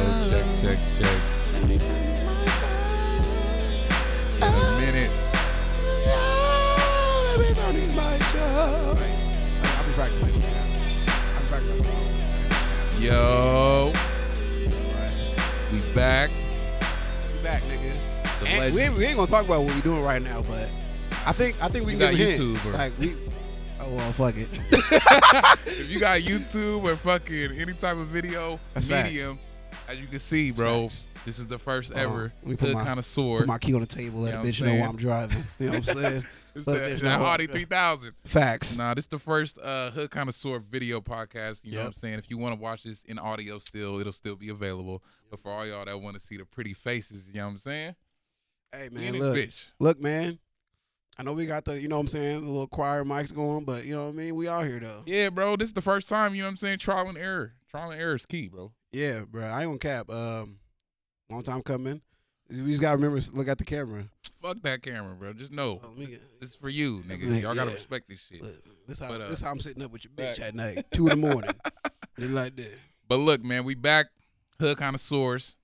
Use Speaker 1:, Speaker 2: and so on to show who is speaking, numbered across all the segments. Speaker 1: Check, check. In a minute.
Speaker 2: I'll be practicing. I'll be practicing.
Speaker 1: Yo,
Speaker 2: Right.
Speaker 1: we back.
Speaker 2: We back, nigga.
Speaker 1: The
Speaker 2: And we, ain't- we ain't gonna talk about what we doing right now, but I think I think we
Speaker 1: You
Speaker 2: can
Speaker 1: got
Speaker 2: give a hint.
Speaker 1: YouTube or-
Speaker 2: Like we. Oh well, fuck it.
Speaker 1: If you got YouTube or fucking any type of video
Speaker 2: That's facts.
Speaker 1: medium, as you can see, bro,
Speaker 2: facts.
Speaker 1: this is the first
Speaker 2: Hold on.
Speaker 1: ever
Speaker 2: Let me put
Speaker 1: hood
Speaker 2: my-
Speaker 1: kind of
Speaker 2: Put
Speaker 1: sword.
Speaker 2: my key on the table, let
Speaker 1: You know
Speaker 2: a bitch
Speaker 1: what I'm
Speaker 2: know
Speaker 1: saying?
Speaker 2: while I'm driving. You know what I'm saying?
Speaker 1: It's
Speaker 2: Let a
Speaker 1: that,
Speaker 2: bitch
Speaker 1: that
Speaker 2: know.
Speaker 1: Hardy 3000.
Speaker 2: Facts.
Speaker 1: Nah, this is the first uh, hood kind of sword video podcast. You know what I'm
Speaker 2: Yep.
Speaker 1: saying? If you want to watch this in audio still, it'll still be available. But for all y'all that want to see the pretty faces, you know what I'm saying?
Speaker 2: Hey
Speaker 1: We in
Speaker 2: man,
Speaker 1: this
Speaker 2: look,
Speaker 1: bitch.
Speaker 2: look, man. I know we got the, you know what I'm saying, the little choir mics going, but you know what I mean. We out here though.
Speaker 1: Yeah, bro, this is the first time, you know what I'm saying? Trial and error. Trial and error is key, bro.
Speaker 2: Yeah, bro. I ain't gonna cap. Um, long time coming. We just gotta remember to look at the camera.
Speaker 1: Fuck that camera, bro. Just know.
Speaker 2: Oh, let me get-
Speaker 1: This is for you, nigga.
Speaker 2: Yeah.
Speaker 1: Y'all gotta respect this shit.
Speaker 2: look, this how
Speaker 1: But, uh,
Speaker 2: this how I'm sitting up with your bitch
Speaker 1: facts.
Speaker 2: at night, two in the morning, just like that.
Speaker 1: But look, man, we back. Hood kind of source.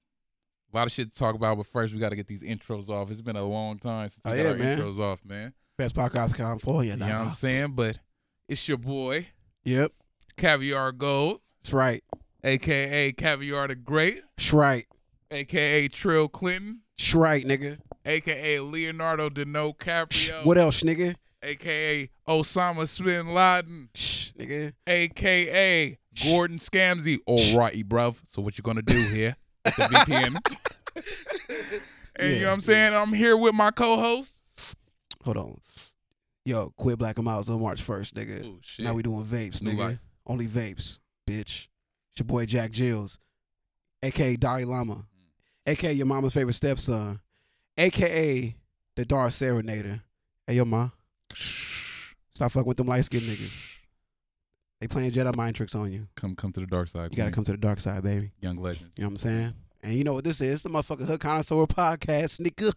Speaker 1: A lot of shit to talk about, but first we got to get these intros off. It's been a long time since we
Speaker 2: Oh,
Speaker 1: got
Speaker 2: yeah,
Speaker 1: our
Speaker 2: man.
Speaker 1: intros off, man.
Speaker 2: Best podcast in California.
Speaker 1: You
Speaker 2: nah,
Speaker 1: know what I'm
Speaker 2: nah.
Speaker 1: saying? But it's your boy,
Speaker 2: Yep,
Speaker 1: Caviar Gold,
Speaker 2: that's right.
Speaker 1: aka Caviar the Great,
Speaker 2: Shrite,
Speaker 1: aka Trill Clinton,
Speaker 2: shrite, nigga.
Speaker 1: aka Leonardo
Speaker 2: Shh,
Speaker 1: DiNocaprio,
Speaker 2: what else, nigga?
Speaker 1: aka Osama Bin Laden,
Speaker 2: Shh, nigga.
Speaker 1: aka
Speaker 2: Shh.
Speaker 1: Gordon Scamsey. All righty, bruv. So what you gonna do here? With the VPN. and you know
Speaker 2: Yeah,
Speaker 1: what I'm saying? I'm here with my co-host.
Speaker 2: Hold on. Yo, quit Black and Miles on March first, nigga.
Speaker 1: Oh shit.
Speaker 2: Now we doing vapes,
Speaker 1: New
Speaker 2: nigga.
Speaker 1: life.
Speaker 2: Only vapes, bitch. It's your boy Jack Jills, aka Dalai
Speaker 1: Mm.
Speaker 2: Lama, aka your mama's favorite stepson, aka the Dar Serenator. Hey yo, ma, stop fucking with them light skinned niggas. They playing Jedi mind tricks on you.
Speaker 1: Come come to the dark side.
Speaker 2: You gotta
Speaker 1: queen.
Speaker 2: come to the dark side, baby.
Speaker 1: Young legend.
Speaker 2: You know what I'm saying? And you know what this is? It's the motherfucking Hood Connoisseur podcast, nigga.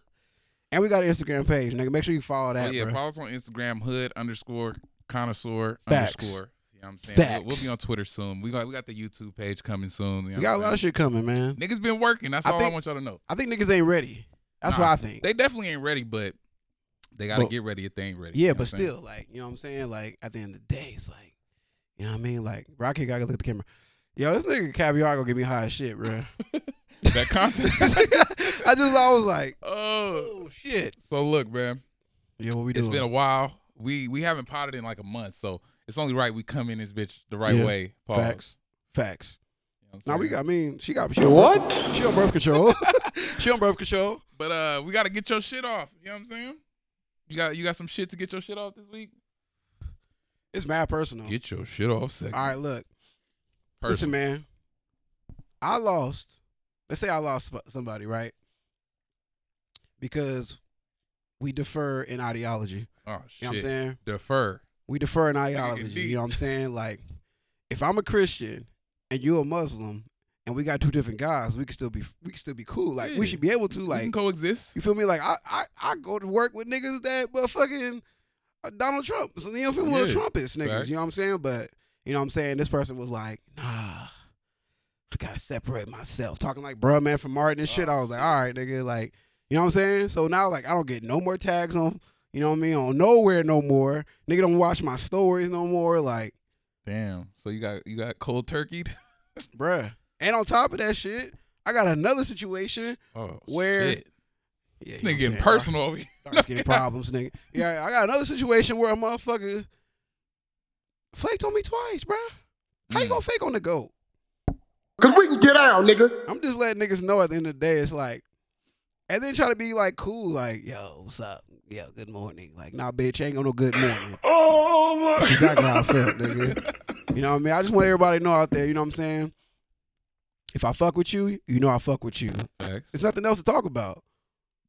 Speaker 2: And we got an Instagram page, nigga. Make sure you follow that,
Speaker 1: oh, yeah,
Speaker 2: bro.
Speaker 1: follow us on Instagram, hood underscore connoisseur
Speaker 2: Facts.
Speaker 1: underscore. You know what I'm saying? We'll- We'll,
Speaker 2: Facts.
Speaker 1: be on Twitter soon. We got we got the YouTube page coming soon. You know
Speaker 2: we got a
Speaker 1: what
Speaker 2: lot
Speaker 1: I'm
Speaker 2: of shit coming, man.
Speaker 1: saying? niggas been working. That's
Speaker 2: I
Speaker 1: all
Speaker 2: think-
Speaker 1: I want y'all to know.
Speaker 2: I think niggas ain't ready. That's
Speaker 1: Nah,
Speaker 2: what I think.
Speaker 1: They definitely ain't ready, but they gotta
Speaker 2: Well,
Speaker 1: get ready if they ain't ready.
Speaker 2: Yeah,
Speaker 1: You know
Speaker 2: but
Speaker 1: what I'm saying?
Speaker 2: still, like, you know what I'm saying? Like, at the end of the day, it's like, you know what I mean? Like, bro, I can't gotta look at the camera. Yo, this nigga caviar gonna get me high as shit, bro.
Speaker 1: that
Speaker 2: I
Speaker 1: content.
Speaker 2: just, I was like,
Speaker 1: oh
Speaker 2: oh shit.
Speaker 1: so look, man.
Speaker 2: Yo, what we
Speaker 1: It's
Speaker 2: doing?
Speaker 1: been a while. We we haven't potted in like a month, so it's only right we come in this bitch the right
Speaker 2: Yeah.
Speaker 1: way. Pause.
Speaker 2: Facts. Facts.
Speaker 1: You know what I'm
Speaker 2: Now we
Speaker 1: saying?
Speaker 2: got. I mean, she got. She what? She on birth control. she on birth control.
Speaker 1: But uh, we got to get your shit off. You know what I'm saying? You got you got some shit to get your shit off this week.
Speaker 2: It's mad personal.
Speaker 1: Get your shit off, second.
Speaker 2: All right, look. Listen, man. I lost. Let's say I lost sp- somebody, right? Because we defer in ideology.
Speaker 1: Oh
Speaker 2: You know
Speaker 1: shit.
Speaker 2: what I'm saying?
Speaker 1: Defer.
Speaker 2: We defer in
Speaker 1: get
Speaker 2: ideology.
Speaker 1: deep.
Speaker 2: You know what I'm saying? Like, if I'm a Christian and you're a Muslim and we got two different guys, we can still be we can still be cool. Like,
Speaker 1: Yeah.
Speaker 2: we should be able to.
Speaker 1: Like,
Speaker 2: Like,
Speaker 1: can coexist.
Speaker 2: you feel me? Like, I, I I go to work with niggas that but fucking uh, Donald Trump. So, you know, feel me? Little
Speaker 1: Yeah.
Speaker 2: Trumpist niggas.
Speaker 1: Facts.
Speaker 2: You know what I'm saying? But you know what I'm saying? This person was like, nah, I gotta separate myself. Talking like bruh man from Martin and shit.
Speaker 1: Oh.
Speaker 2: I was like, all right, nigga, like, you know what I'm saying? So now like I don't get no more tags on you know what I mean? On nowhere no more. Nigga don't watch my stories no more. Like,
Speaker 1: Damn. So you got you got cold turkeyed.
Speaker 2: bruh. And on top of that shit, I got another situation.
Speaker 1: Oh
Speaker 2: Where-
Speaker 1: shit.
Speaker 2: Yeah,
Speaker 1: This
Speaker 2: you know what I'm
Speaker 1: nigga getting
Speaker 2: saying?
Speaker 1: personal over here.
Speaker 2: dark skin problems, nigga. Yeah, I got another situation where a motherfucker flaked on me twice, bruh. How you
Speaker 1: Mm.
Speaker 2: gonna fake on the goat?
Speaker 3: Cause we can get out, nigga.
Speaker 2: I'm just letting niggas know at the end of the day, it's like, and then try to be like cool, like, yo, what's up? Yo, good morning. Like, nah, bitch, ain't gonna no good morning.
Speaker 3: Oh
Speaker 2: That's exactly how I felt, nigga. You know what I mean? I just want everybody to know out there, you know what I'm saying? If I fuck with you, you know I fuck with you.
Speaker 1: Facts.
Speaker 2: It's nothing else to talk about.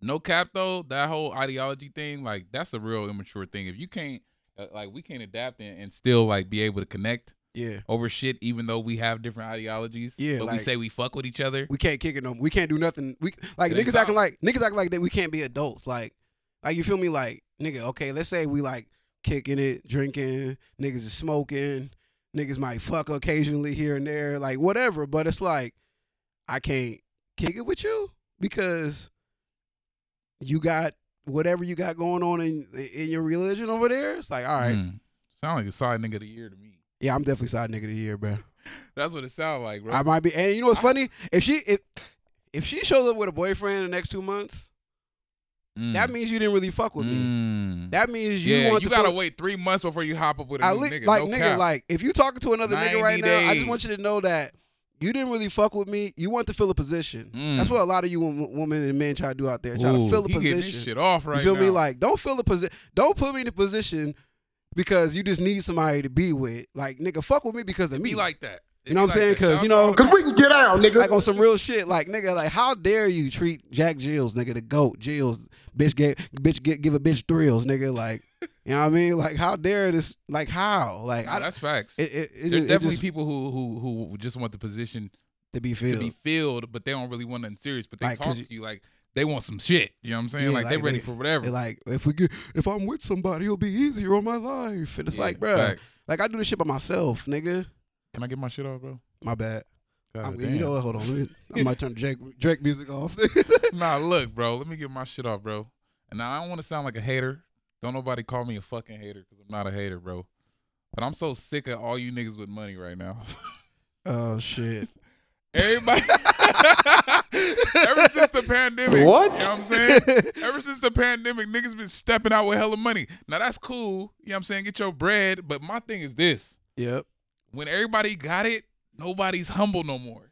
Speaker 1: No cap though. That whole ideology thing, like that's a real immature thing. If you can't, uh, like, we can't adapt and, and still like be able to connect
Speaker 2: Yeah.
Speaker 1: over shit, even though we have different ideologies.
Speaker 2: Yeah,
Speaker 1: But we
Speaker 2: like-
Speaker 1: say we fuck with each other.
Speaker 2: we can't kick it no more. We can't do nothing. We like
Speaker 1: It ain't
Speaker 2: niggas acting
Speaker 1: solid.
Speaker 2: like niggas acting like that we can't be adults. Like like you feel me? Like, nigga, okay, let's say we like kicking it, drinking, niggas is smoking, niggas might fuck occasionally here and there, like whatever. But it's like I can't kick it with you because you got whatever you got going on in in your religion over there. It's like, all right,
Speaker 1: Hmm. Sound like a side nigga of the year to me.
Speaker 2: yeah, I'm definitely side nigga of the year, bro.
Speaker 1: That's what it sounds like, bro.
Speaker 2: I might be. And you know what's funny? If she if if she shows up with a boyfriend in the next two months,
Speaker 1: Mm.
Speaker 2: that means you didn't really fuck with me.
Speaker 1: Mm.
Speaker 2: That means you
Speaker 1: yeah,
Speaker 2: want
Speaker 1: you
Speaker 2: to
Speaker 1: gotta
Speaker 2: fuck-
Speaker 1: wait three months before you hop up with a
Speaker 2: I
Speaker 1: new
Speaker 2: li-
Speaker 1: nigga.
Speaker 2: like
Speaker 1: no
Speaker 2: nigga,
Speaker 1: cap.
Speaker 2: like if you talking to another nigga
Speaker 1: 90
Speaker 2: right now, I just
Speaker 1: days.
Speaker 2: want you to know that you didn't really fuck with me. You want to fill a position.
Speaker 1: Mm.
Speaker 2: That's what a lot of you wom- women and men try to do out there, try
Speaker 1: Ooh,
Speaker 2: to fill a
Speaker 1: he getting this
Speaker 2: position.
Speaker 1: shit off right
Speaker 2: you feel me?
Speaker 1: now.
Speaker 2: Like don't fill a position. Don't put me in a position because you just need somebody to be with. Like nigga, fuck with me because of me.
Speaker 1: be like that.
Speaker 2: You know what I'm saying? 'Cause, you know-
Speaker 3: Cause we can get out, nigga.
Speaker 2: like on some real shit. Like nigga, like how dare you treat Jack Jills, nigga, the goat, Jills, bitch, get, bitch, get, give a bitch thrills, nigga. Like you know what I mean? Like how dare this? Like how? Like I,
Speaker 1: that's facts.
Speaker 2: it, it, it,
Speaker 1: There's
Speaker 2: it
Speaker 1: definitely
Speaker 2: just,
Speaker 1: people who who who just want the position
Speaker 2: to be filled.
Speaker 1: to be filled, but they don't really want nothing serious. But they
Speaker 2: Like,
Speaker 1: talk
Speaker 2: 'cause
Speaker 1: to you like they want some shit. You know what I'm saying?
Speaker 2: Yeah,
Speaker 1: like,
Speaker 2: like,
Speaker 1: they're ready
Speaker 2: they-
Speaker 1: for whatever.
Speaker 2: They're like, if we get, if I'm with somebody, it'll be easier on my life. And it's
Speaker 1: Yeah,
Speaker 2: like, bruh,
Speaker 1: facts.
Speaker 2: like I do this shit by myself, nigga.
Speaker 1: Can I get my shit off, bro?
Speaker 2: My bad.
Speaker 1: God
Speaker 2: I'm,
Speaker 1: Oh, damn.
Speaker 2: you know what? Hold on. Let me, I might turn Drake, Drake music off.
Speaker 1: nah, look, bro. Let me get my shit off, bro. And now I don't want to sound like a hater. Don't nobody call me a fucking hater because I'm not a hater, bro. But I'm so sick of all you niggas with money right now.
Speaker 2: oh shit.
Speaker 1: Everybody. Ever since the pandemic, what? You know what I'm saying? Ever since the pandemic, niggas been stepping out with hella money. Now that's cool. You know what I'm saying? Get your bread. But my thing is this
Speaker 2: yep.
Speaker 1: when everybody got it, nobody's humble no more.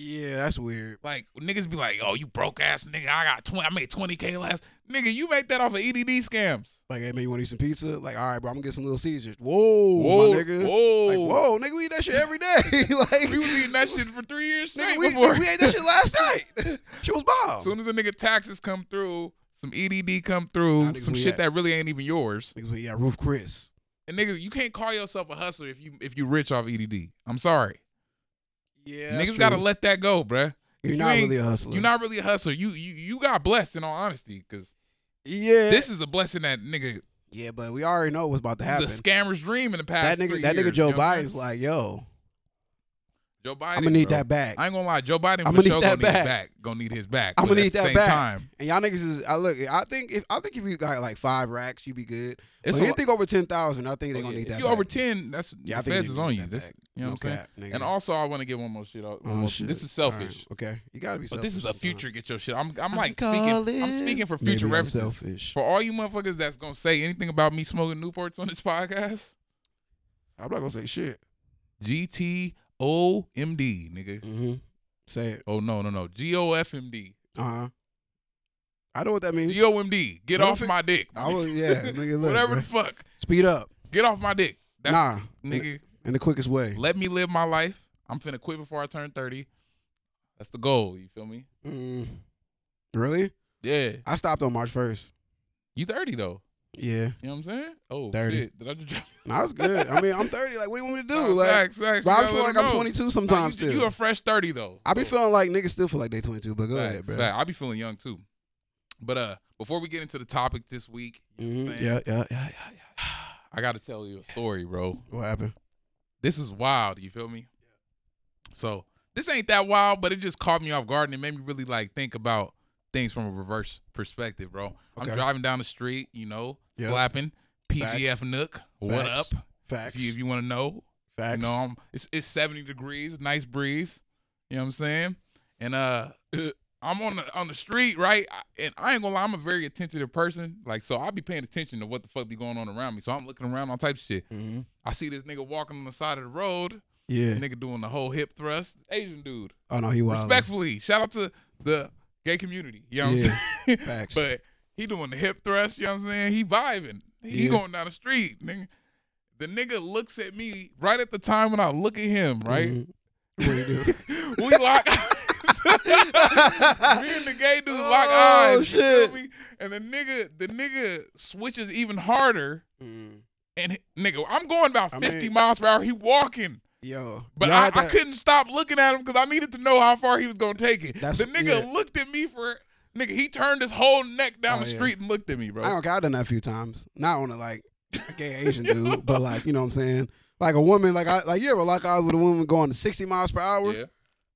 Speaker 2: Yeah, that's weird.
Speaker 1: Like niggas be like, oh, you broke ass nigga. I got twenty I made twenty K last nigga, you make that off of EDD scams.
Speaker 2: Like, hey man, you want to eat some pizza? Like, all right, bro, I'm gonna get some little Caesars. Whoa,
Speaker 1: Whoa,
Speaker 2: my nigga.
Speaker 1: whoa.
Speaker 2: Like, whoa, nigga, we eat that shit every day. like,
Speaker 1: We was eating that shit for three years straight
Speaker 2: nigga, we,
Speaker 1: before.
Speaker 2: we ate that shit last night. she was bomb.
Speaker 1: As soon as a nigga taxes come through, some EDD come through,
Speaker 2: Nah, niggas,
Speaker 1: some
Speaker 2: we
Speaker 1: shit
Speaker 2: at-
Speaker 1: that really ain't even yours.
Speaker 2: niggas, we got Roof Chris.
Speaker 1: And niggas, you can't call yourself a hustler if you if you rich off EDD. I'm sorry,
Speaker 2: Yeah,
Speaker 1: niggas
Speaker 2: that's
Speaker 1: gotta
Speaker 2: true.
Speaker 1: let that go, bruh. If
Speaker 2: You're
Speaker 1: you
Speaker 2: not
Speaker 1: ain't-
Speaker 2: really a hustler.
Speaker 1: You're not really a hustler. You you you got blessed in all honesty, because
Speaker 2: Yeah.
Speaker 1: this is a blessing that nigga
Speaker 2: Yeah, but we already know what's about to
Speaker 1: the
Speaker 2: happen.
Speaker 1: scammer's dream in the past.
Speaker 2: That nigga,
Speaker 1: three
Speaker 2: that nigga
Speaker 1: years,
Speaker 2: Joe
Speaker 1: you know what I'm
Speaker 2: Biden's like, yo,
Speaker 1: saying? Joe Biden.
Speaker 2: I'm gonna need
Speaker 1: bro.
Speaker 2: that back.
Speaker 1: I ain't gonna lie, Joe Biden.
Speaker 2: I'ma
Speaker 1: for
Speaker 2: need
Speaker 1: sure
Speaker 2: that
Speaker 1: gonna Need
Speaker 2: back.
Speaker 1: his back. Gonna need his back.
Speaker 2: I'ma
Speaker 1: but at
Speaker 2: need
Speaker 1: the
Speaker 2: that
Speaker 1: same
Speaker 2: back.
Speaker 1: Time,
Speaker 2: and y'all niggas is, I look, I think if I think if you got like five racks, you be good.
Speaker 1: it's
Speaker 2: But
Speaker 1: a lot-
Speaker 2: anything over ten thousand, I think
Speaker 1: oh,
Speaker 2: they're gonna
Speaker 1: yeah,
Speaker 2: need
Speaker 1: if
Speaker 2: that.
Speaker 1: you
Speaker 2: back.
Speaker 1: over ten, that's
Speaker 2: yeah, I
Speaker 1: yeah, the
Speaker 2: think
Speaker 1: feds
Speaker 2: they
Speaker 1: is
Speaker 2: need
Speaker 1: on
Speaker 2: that
Speaker 1: you. This,
Speaker 2: back.
Speaker 1: you know what
Speaker 2: No
Speaker 1: I'm saying?
Speaker 2: cap, nigga.
Speaker 1: And also, I want to get one more shit out.
Speaker 2: Oh,
Speaker 1: one more-
Speaker 2: shit.
Speaker 1: Um, This is
Speaker 2: All
Speaker 1: selfish.
Speaker 2: right, Okay, you gotta be
Speaker 1: But
Speaker 2: selfish.
Speaker 1: this is a
Speaker 2: sometimes.
Speaker 1: future get your shit. I'm I'm
Speaker 2: I
Speaker 1: like
Speaker 2: call
Speaker 1: speaking. I'm
Speaker 2: it
Speaker 1: speaking for
Speaker 2: Maybe
Speaker 1: future
Speaker 2: I'm
Speaker 1: references.
Speaker 2: Selfish.
Speaker 1: For all you motherfuckers that's gonna say anything about me smoking Newports on this podcast,
Speaker 2: I'm not gonna say shit.
Speaker 1: GTOMD, nigga.
Speaker 2: Mm-hmm. Say it.
Speaker 1: Oh no, no, no. GOFMD.
Speaker 2: Uh huh. I know what that means.
Speaker 1: GOMD. Get
Speaker 2: What
Speaker 1: off
Speaker 2: if it-
Speaker 1: my dick.
Speaker 2: I was yeah, nigga. Look,
Speaker 1: Whatever
Speaker 2: bro.
Speaker 1: the fuck.
Speaker 2: Speed up.
Speaker 1: Get off my dick. That's
Speaker 2: nah,
Speaker 1: nigga.
Speaker 2: in the quickest way.
Speaker 1: Let me live my life. I'm finna quit before I turn 30. That's the goal, you feel me?
Speaker 2: Mm. Really?
Speaker 1: Yeah.
Speaker 2: I stopped on March first.
Speaker 1: You 30 though.
Speaker 2: Yeah.
Speaker 1: You know what I'm saying? Oh,
Speaker 2: 30.
Speaker 1: shit. Did I just drop?
Speaker 2: Nah, that's good. I mean, I'm 30. Like, what do you want me to do?
Speaker 1: Nah,
Speaker 2: like,
Speaker 1: facts, facts. You
Speaker 2: bro, I
Speaker 1: gotta
Speaker 2: feel
Speaker 1: let
Speaker 2: like
Speaker 1: them
Speaker 2: I'm
Speaker 1: know.
Speaker 2: 22
Speaker 1: Nah,
Speaker 2: sometimes
Speaker 1: you,
Speaker 2: still.
Speaker 1: You a fresh 30 though.
Speaker 2: I be
Speaker 1: So,
Speaker 2: feeling like niggas still feel like they 22, but go ahead,
Speaker 1: facts,
Speaker 2: bro.
Speaker 1: facts. I be feeling young too. But uh before we get into the topic this week,
Speaker 2: hmm
Speaker 1: Man.
Speaker 2: Yeah, yeah, yeah, yeah, yeah.
Speaker 1: I gotta tell you a story, bro.
Speaker 2: What happened?
Speaker 1: This is wild, you feel me? So this ain't that wild, but it just caught me off guard and it made me really like think about things from a reverse perspective, bro.
Speaker 2: Okay.
Speaker 1: I'm driving down the street, you know,
Speaker 2: Yeah.
Speaker 1: slapping PGF
Speaker 2: Facts.
Speaker 1: Nook. What
Speaker 2: Facts.
Speaker 1: up?
Speaker 2: Facts.
Speaker 1: If you, if you want to know,
Speaker 2: Facts.
Speaker 1: you know, I'm, it's it's 70 degrees, nice breeze. You know what I'm saying? And uh, I'm on the on the street, right? I- And I ain't gonna lie, I'm a very attentive person. Like, so I'll be paying attention to what the fuck be going on around me. So I'm looking around, all types of shit.
Speaker 2: hmm
Speaker 1: I see this nigga walking on the side of the road.
Speaker 2: Yeah.
Speaker 1: Nigga doing the whole hip thrust. Asian dude.
Speaker 2: Oh no, he wild.
Speaker 1: Respectfully, shout out to the gay community. You know what
Speaker 2: Yeah,
Speaker 1: I'm saying?
Speaker 2: facts.
Speaker 1: But he doing the hip thrust, you know what I'm saying? He vibing. He
Speaker 2: Yeah.
Speaker 1: going down the street. Nigga. The nigga looks at me right at the time when I look at him, right?
Speaker 2: Mhm. What do you do?
Speaker 1: We lock eyes. me and the gay dude lock
Speaker 2: Oh,
Speaker 1: eyes. you feel
Speaker 2: shit.
Speaker 1: me? And the nigga, the nigga switches even harder.
Speaker 2: Mm.
Speaker 1: And he- nigga, I'm going about
Speaker 2: I
Speaker 1: 50
Speaker 2: mean-
Speaker 1: miles per hour. He walking.
Speaker 2: Yo,
Speaker 1: But
Speaker 2: y'all
Speaker 1: I,
Speaker 2: had
Speaker 1: I
Speaker 2: that-
Speaker 1: couldn't stop looking at him because I needed to know how far he was gonna take it.
Speaker 2: That's-
Speaker 1: the nigga
Speaker 2: yeah.
Speaker 1: looked at me for nigga. He turned his whole neck down
Speaker 2: Oh,
Speaker 1: the
Speaker 2: yeah.
Speaker 1: street and looked at me, bro.
Speaker 2: I don't care. I've done that a few times. Not on a like a gay Asian dude, but like you know what I'm saying. Like a woman, like I like you ever lock eyes with a woman going to 60 miles per hour.
Speaker 1: yeah,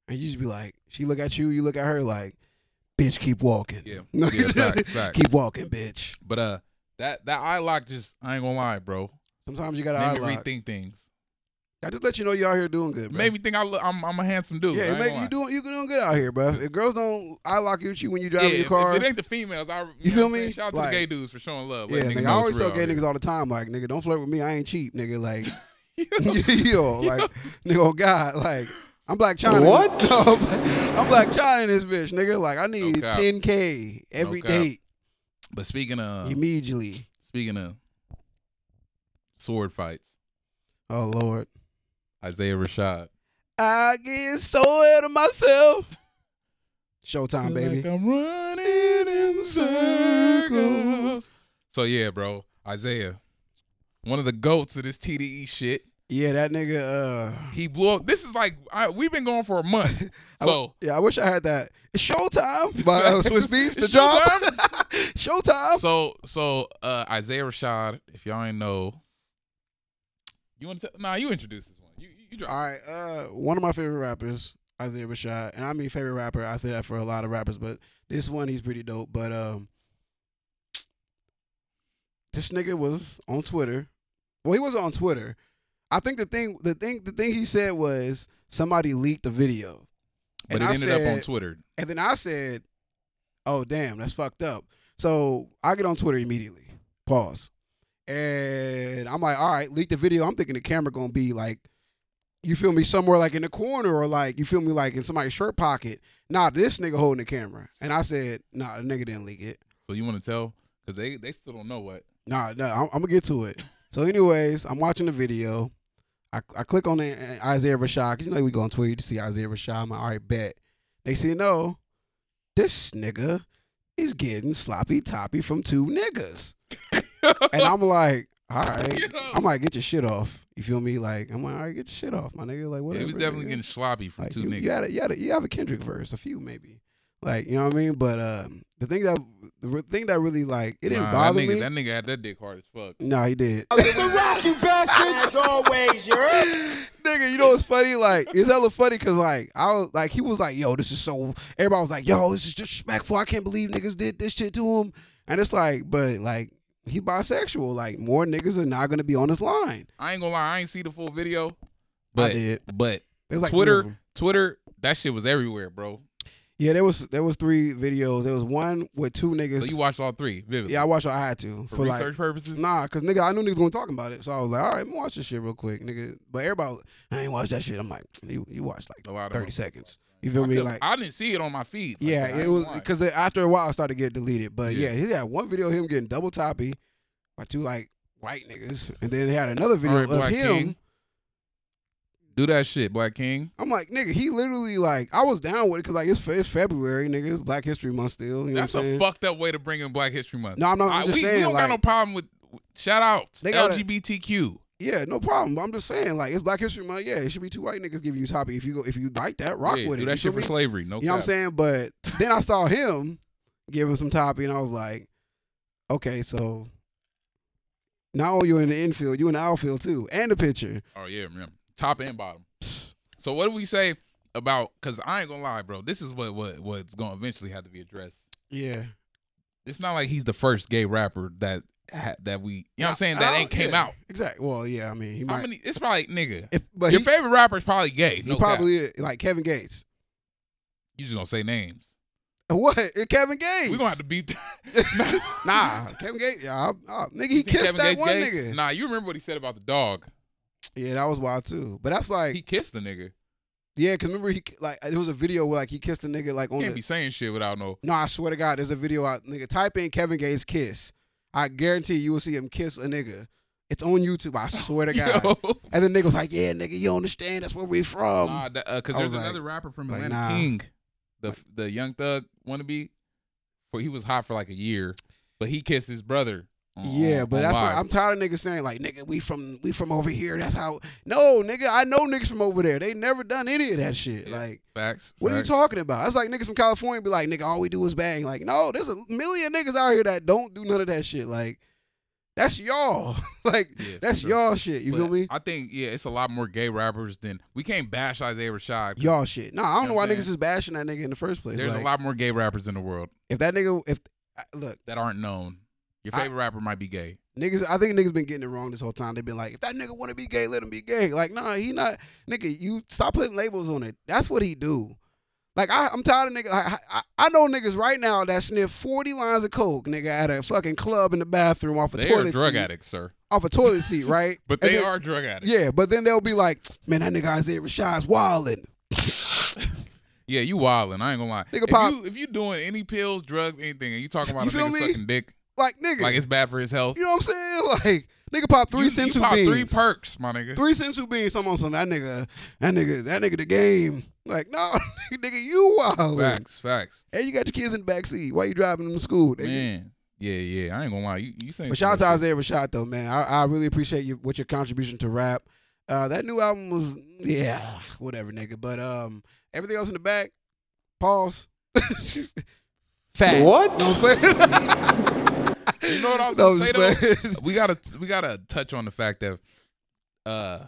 Speaker 2: And you just be like, she look at you, you look at her like, bitch, keep walking.
Speaker 1: Yeah. Yeah, facts, facts.
Speaker 2: keep walking, bitch.
Speaker 1: But uh, that that eye lock just I ain't gonna lie, bro.
Speaker 2: Sometimes you gotta eye
Speaker 1: Made me
Speaker 2: lock.
Speaker 1: rethink things.
Speaker 2: I just let you know you're out here doing good,
Speaker 1: It
Speaker 2: bro.
Speaker 1: made me think I look, I'm I'm a handsome dude. I
Speaker 2: Yeah,
Speaker 1: ain't
Speaker 2: it make,
Speaker 1: gonna
Speaker 2: you
Speaker 1: lie.
Speaker 2: doing you doing good out here, bro. If girls don't eye lock you with you when you
Speaker 1: Yeah,
Speaker 2: driving
Speaker 1: if-
Speaker 2: your car,
Speaker 1: If it ain't the females, I you, know
Speaker 2: feel
Speaker 1: what I'm saying?
Speaker 2: me?
Speaker 1: Shout out
Speaker 2: Like-
Speaker 1: to the gay dudes for showing love.
Speaker 2: yeah,
Speaker 1: Let niggas
Speaker 2: nigga,
Speaker 1: know
Speaker 2: I always
Speaker 1: it's
Speaker 2: tell
Speaker 1: real
Speaker 2: gay
Speaker 1: out here.
Speaker 2: niggas all the time, like, nigga, don't flirt with me. I ain't cheap, nigga. Like, yo, like, nigga, oh God, like, I'm Black China. in-
Speaker 3: What?
Speaker 2: I'm Black China in this bitch, nigga. Like, I need
Speaker 1: cap.
Speaker 2: 10k every
Speaker 1: cap.
Speaker 2: date
Speaker 1: But speaking of
Speaker 2: immediately.
Speaker 1: speaking of sword fights,
Speaker 2: Oh Lord,
Speaker 1: Isaiah Rashad.
Speaker 2: I get so out of myself. Showtime,
Speaker 1: Feel
Speaker 2: baby.
Speaker 1: Like I'm running in circles. So yeah, bro, Isaiah, one of the goats of this TDE shit.
Speaker 2: Yeah, that nigga. Uh,
Speaker 1: He blew up. This is like I, we've been going for a month.
Speaker 2: I w-
Speaker 1: So
Speaker 2: yeah, I wish I had that. It's Showtime by uh, Swiss Beats. The job. Showtime.
Speaker 1: so so uh, Isaiah Rashad. If y'all ain't know, you want to? Nah, you introduce this one. You you, you drop.
Speaker 2: All right, uh, one of my favorite rappers, Isaiah Rashad, and I mean favorite rapper. I say that for a lot of rappers, but this one he's pretty dope. But um, this nigga was on Twitter. Well, he wasn't on Twitter. I think the thing, the thing, the thing he said was somebody leaked the video,
Speaker 1: But
Speaker 2: And
Speaker 1: it
Speaker 2: I
Speaker 1: ended up on
Speaker 2: said-
Speaker 1: Twitter.
Speaker 2: and then I said, "Oh damn, that's fucked up." So I get on Twitter immediately. Pause. And I'm like, "All right, leak the video." I'm thinking the camera gonna be like, you feel me, somewhere like in the corner or like you feel me, like in somebody's shirt pocket. Nah, this nigga holding the camera. And I said, "Nah, the nigga didn't leak it."
Speaker 1: So you want to tell? Because they they still don't know what.
Speaker 2: Nah, nah, I'm, I'm gonna get to it. So, anyways, I'm watching the video. I, I click on the uh, Isaiah Rashad because you know we go on Twitter to see Isaiah Rashad. I'm like, all right, bet. They say no, this nigga is getting sloppy toppy from two niggas, and I'm like, all right, I'm like, get your shit off. You feel me? Like, I'm like, all right, get your shit off, my nigga. Like,
Speaker 1: Yeah,
Speaker 2: whatever.
Speaker 1: he was definitely
Speaker 2: nigga.
Speaker 1: getting sloppy from
Speaker 2: Like,
Speaker 1: two
Speaker 2: you,
Speaker 1: niggas.
Speaker 2: You, had a, you, had a, you have a Kendrick verse, a few maybe. Like, you know what I mean? But um, the thing that the re- thing that really like it didn't
Speaker 1: Nah,
Speaker 2: bother
Speaker 1: that nigga,
Speaker 2: me.
Speaker 1: That nigga had that dick hard as fuck.
Speaker 2: no, he did.
Speaker 3: you bastards. always,
Speaker 2: Nigga, you know what's funny? Like, it's hella funny because like I was like he was like, yo, this is so everybody was like, yo, this is disrespectful. I can't believe niggas did this shit to him. And it's like, but like he bisexual. Like more niggas are not gonna be on his line.
Speaker 1: I ain't gonna lie, I ain't see the full video. But
Speaker 2: I did.
Speaker 1: but
Speaker 2: It was like three of
Speaker 1: Twitter
Speaker 2: them.
Speaker 1: Twitter, that shit was everywhere, bro.
Speaker 2: Yeah, there was there was three videos. There was one with two niggas.
Speaker 1: So you watched all three vividly.
Speaker 2: yeah, I watched. all I had to
Speaker 1: for,
Speaker 2: for
Speaker 1: research
Speaker 2: like
Speaker 1: purposes.
Speaker 2: Nah, cause nigga, I knew niggas gonna talk about it, so I was like, all right, I'm gonna watch this shit real quick, nigga. But everybody, was, I ain't watch that shit. I'm like, you, you watched like
Speaker 1: A lot of
Speaker 2: 30
Speaker 1: them.
Speaker 2: seconds. You feel me?
Speaker 1: I,
Speaker 2: Like,
Speaker 1: I didn't see it on my feed. Like, I
Speaker 2: yeah, it
Speaker 1: ain't
Speaker 2: was
Speaker 1: gonna lie.
Speaker 2: because after a while, I started getting deleted. But yeah,
Speaker 1: Yeah.
Speaker 2: he had one video of him getting double toppy by two like white niggas, and then they had another video
Speaker 1: right,
Speaker 2: of
Speaker 1: Black
Speaker 2: him.
Speaker 1: King. do that shit, Black King.
Speaker 2: I'm like, nigga, he literally like, I was down with it because like it's, fe- it's February, nigga. It's Black History Month still. You know
Speaker 1: That's
Speaker 2: what I'm
Speaker 1: a
Speaker 2: saying?
Speaker 1: fucked up way to bring in Black History Month.
Speaker 2: no, I'm not. I'm
Speaker 1: I-
Speaker 2: just
Speaker 1: we,
Speaker 2: saying,
Speaker 1: we don't
Speaker 2: like,
Speaker 1: got no problem with shout outs.
Speaker 2: They gotta-
Speaker 1: LGBTQ.
Speaker 2: Yeah, no problem. But I'm just saying, like, it's Black History Month. Yeah, it should be two white niggas giving you topic. If you go, if you like that, rock
Speaker 1: Yeah,
Speaker 2: with
Speaker 1: do
Speaker 2: it.
Speaker 1: that
Speaker 2: you
Speaker 1: shit
Speaker 2: feel
Speaker 1: for
Speaker 2: me?
Speaker 1: slavery. No
Speaker 2: You know what I'm
Speaker 1: cap.
Speaker 2: saying? But then I saw him giving some topic, and I was like, okay, so now you in the infield, you in the outfield too, and the pitcher.
Speaker 1: Oh yeah, man. Top and bottom.
Speaker 2: Psst.
Speaker 1: So what do we say about? Because I ain't gonna lie, bro. This is what what what's gonna eventually have to be addressed.
Speaker 2: Yeah,
Speaker 1: It's not like he's the first gay rapper that ha- that we. You know what I'm saying? That
Speaker 2: I-
Speaker 1: ain't came
Speaker 2: yeah,
Speaker 1: out.
Speaker 2: Exactly. Well, yeah, I mean, he
Speaker 1: How
Speaker 2: might.
Speaker 1: many? It's probably nigga.
Speaker 2: if, but
Speaker 1: Your
Speaker 2: he,
Speaker 1: favorite rapper is probably gay.
Speaker 2: he
Speaker 1: No probably.
Speaker 2: probably is, like Kevin Gates.
Speaker 1: You just gonna say names.
Speaker 2: What? It's Kevin Gates?
Speaker 1: We gonna have to beat. that.
Speaker 2: nah, Kevin Gates. Yeah, I, I, nigga,
Speaker 1: You
Speaker 2: he
Speaker 1: think
Speaker 2: kissed
Speaker 1: Kevin
Speaker 2: that
Speaker 1: Gates
Speaker 2: one
Speaker 1: gay?
Speaker 2: nigga.
Speaker 1: Nah, you remember what he said about the dog?
Speaker 2: Yeah, that was wild too. But that's like,
Speaker 1: He kissed the nigga.
Speaker 2: Yeah, cause remember he like it was a video where like he kissed a nigga like on
Speaker 1: Can't
Speaker 2: the.
Speaker 1: be saying shit without no.
Speaker 2: No, I swear to God, there's a video out. Nigga, type in Kevin Gates kiss. I guarantee you will see him kiss a nigga. It's on YouTube. I swear to God.
Speaker 1: Yo.
Speaker 2: And the nigga was like, "Yeah, nigga, you don't understand. That's where we from."
Speaker 1: Nah, because
Speaker 2: Um, I
Speaker 1: there's
Speaker 2: was like-
Speaker 1: another rapper from
Speaker 2: like,
Speaker 1: Atlanta
Speaker 2: nah.
Speaker 1: King, the the Young Thug wannabe. For he was hot for like a year, but he kissed his brother. on-
Speaker 2: yeah, but
Speaker 1: on
Speaker 2: that's why
Speaker 1: live.
Speaker 2: I'm tired of niggas saying like, "Nigga, we from we from over here." That's how. No, nigga, I know niggas from over there. They never done any of that shit.
Speaker 1: Yeah.
Speaker 2: Like.
Speaker 1: facts.
Speaker 2: What are you
Speaker 1: facts.
Speaker 2: talking about? That's like niggas from California be like, nigga, all we do is bang. Like, no, there's a million niggas out here that don't do none of that shit. Like, That's y'all. like
Speaker 1: Yeah, for
Speaker 2: that's
Speaker 1: sure.
Speaker 2: y'all shit. You feel
Speaker 1: But
Speaker 2: me?
Speaker 1: I think yeah, it's a lot more gay rappers than we can't bash Isaiah Rashad. 'cause
Speaker 2: Y'all shit. Nah, I don't
Speaker 1: You
Speaker 2: know
Speaker 1: know
Speaker 2: why
Speaker 1: what I'm
Speaker 2: niggas
Speaker 1: saying?
Speaker 2: is bashing that nigga in the first place.
Speaker 1: There's
Speaker 2: like,
Speaker 1: a lot more gay rappers in the world
Speaker 2: If that nigga, if I- look,
Speaker 1: that aren't known. Your
Speaker 2: I-
Speaker 1: favorite rapper might be gay.
Speaker 2: niggas, I think niggas been getting it wrong this whole time. They've been like, if that nigga want to be gay, let him be gay. Like, nah, he not. Nigga, you stop putting labels on it. That's what he do. Like, I, I'm tired of niggas. I, I, I know niggas right now that sniff 40 lines of coke, nigga, at a fucking club in the bathroom off a
Speaker 1: they
Speaker 2: toilet
Speaker 1: are drug
Speaker 2: seat.
Speaker 1: addicts, sir.
Speaker 2: Off a toilet seat, right?
Speaker 1: But
Speaker 2: And
Speaker 1: they
Speaker 2: then-
Speaker 1: are drug addicts.
Speaker 2: Yeah, but then they'll be like, man, that nigga Isaiah Rashad's wildin'.
Speaker 1: Yeah, you wildin'. I ain't gonna lie.
Speaker 2: Nigga
Speaker 1: if,
Speaker 2: pop-
Speaker 1: you, if you doing any pills, drugs, anything, and you talking about
Speaker 2: You
Speaker 1: a
Speaker 2: feel
Speaker 1: nigga
Speaker 2: me?
Speaker 1: sucking dick,
Speaker 2: Like, nigga.
Speaker 1: like it's bad for his health.
Speaker 2: you know what I'm saying? Like, nigga pop three
Speaker 1: you,
Speaker 2: sensu
Speaker 1: you pop
Speaker 2: beans.
Speaker 1: three perks, my nigga.
Speaker 2: Three cents who being something on something. That nigga, that nigga, that nigga the game. Like, no, nigga, you wild.
Speaker 1: Facts, facts.
Speaker 2: Hey, you got your kids in the backseat. Why you driving them to school? nigga?
Speaker 1: Man, yeah, yeah. I ain't gonna lie. You, you saying?
Speaker 2: But
Speaker 1: some
Speaker 2: shout out to
Speaker 1: real shit.
Speaker 2: Isaiah Rashad though, man. I, I really appreciate you what your contribution to rap. Uh, that new album was yeah, whatever, nigga. But um everything else in the back, pause. Fact.
Speaker 3: What?
Speaker 2: You know what I'm saying?
Speaker 1: You know what I was
Speaker 2: No,
Speaker 1: gonna say
Speaker 2: I'm
Speaker 1: though?
Speaker 2: saying.
Speaker 1: We gotta we gotta touch on the fact that uh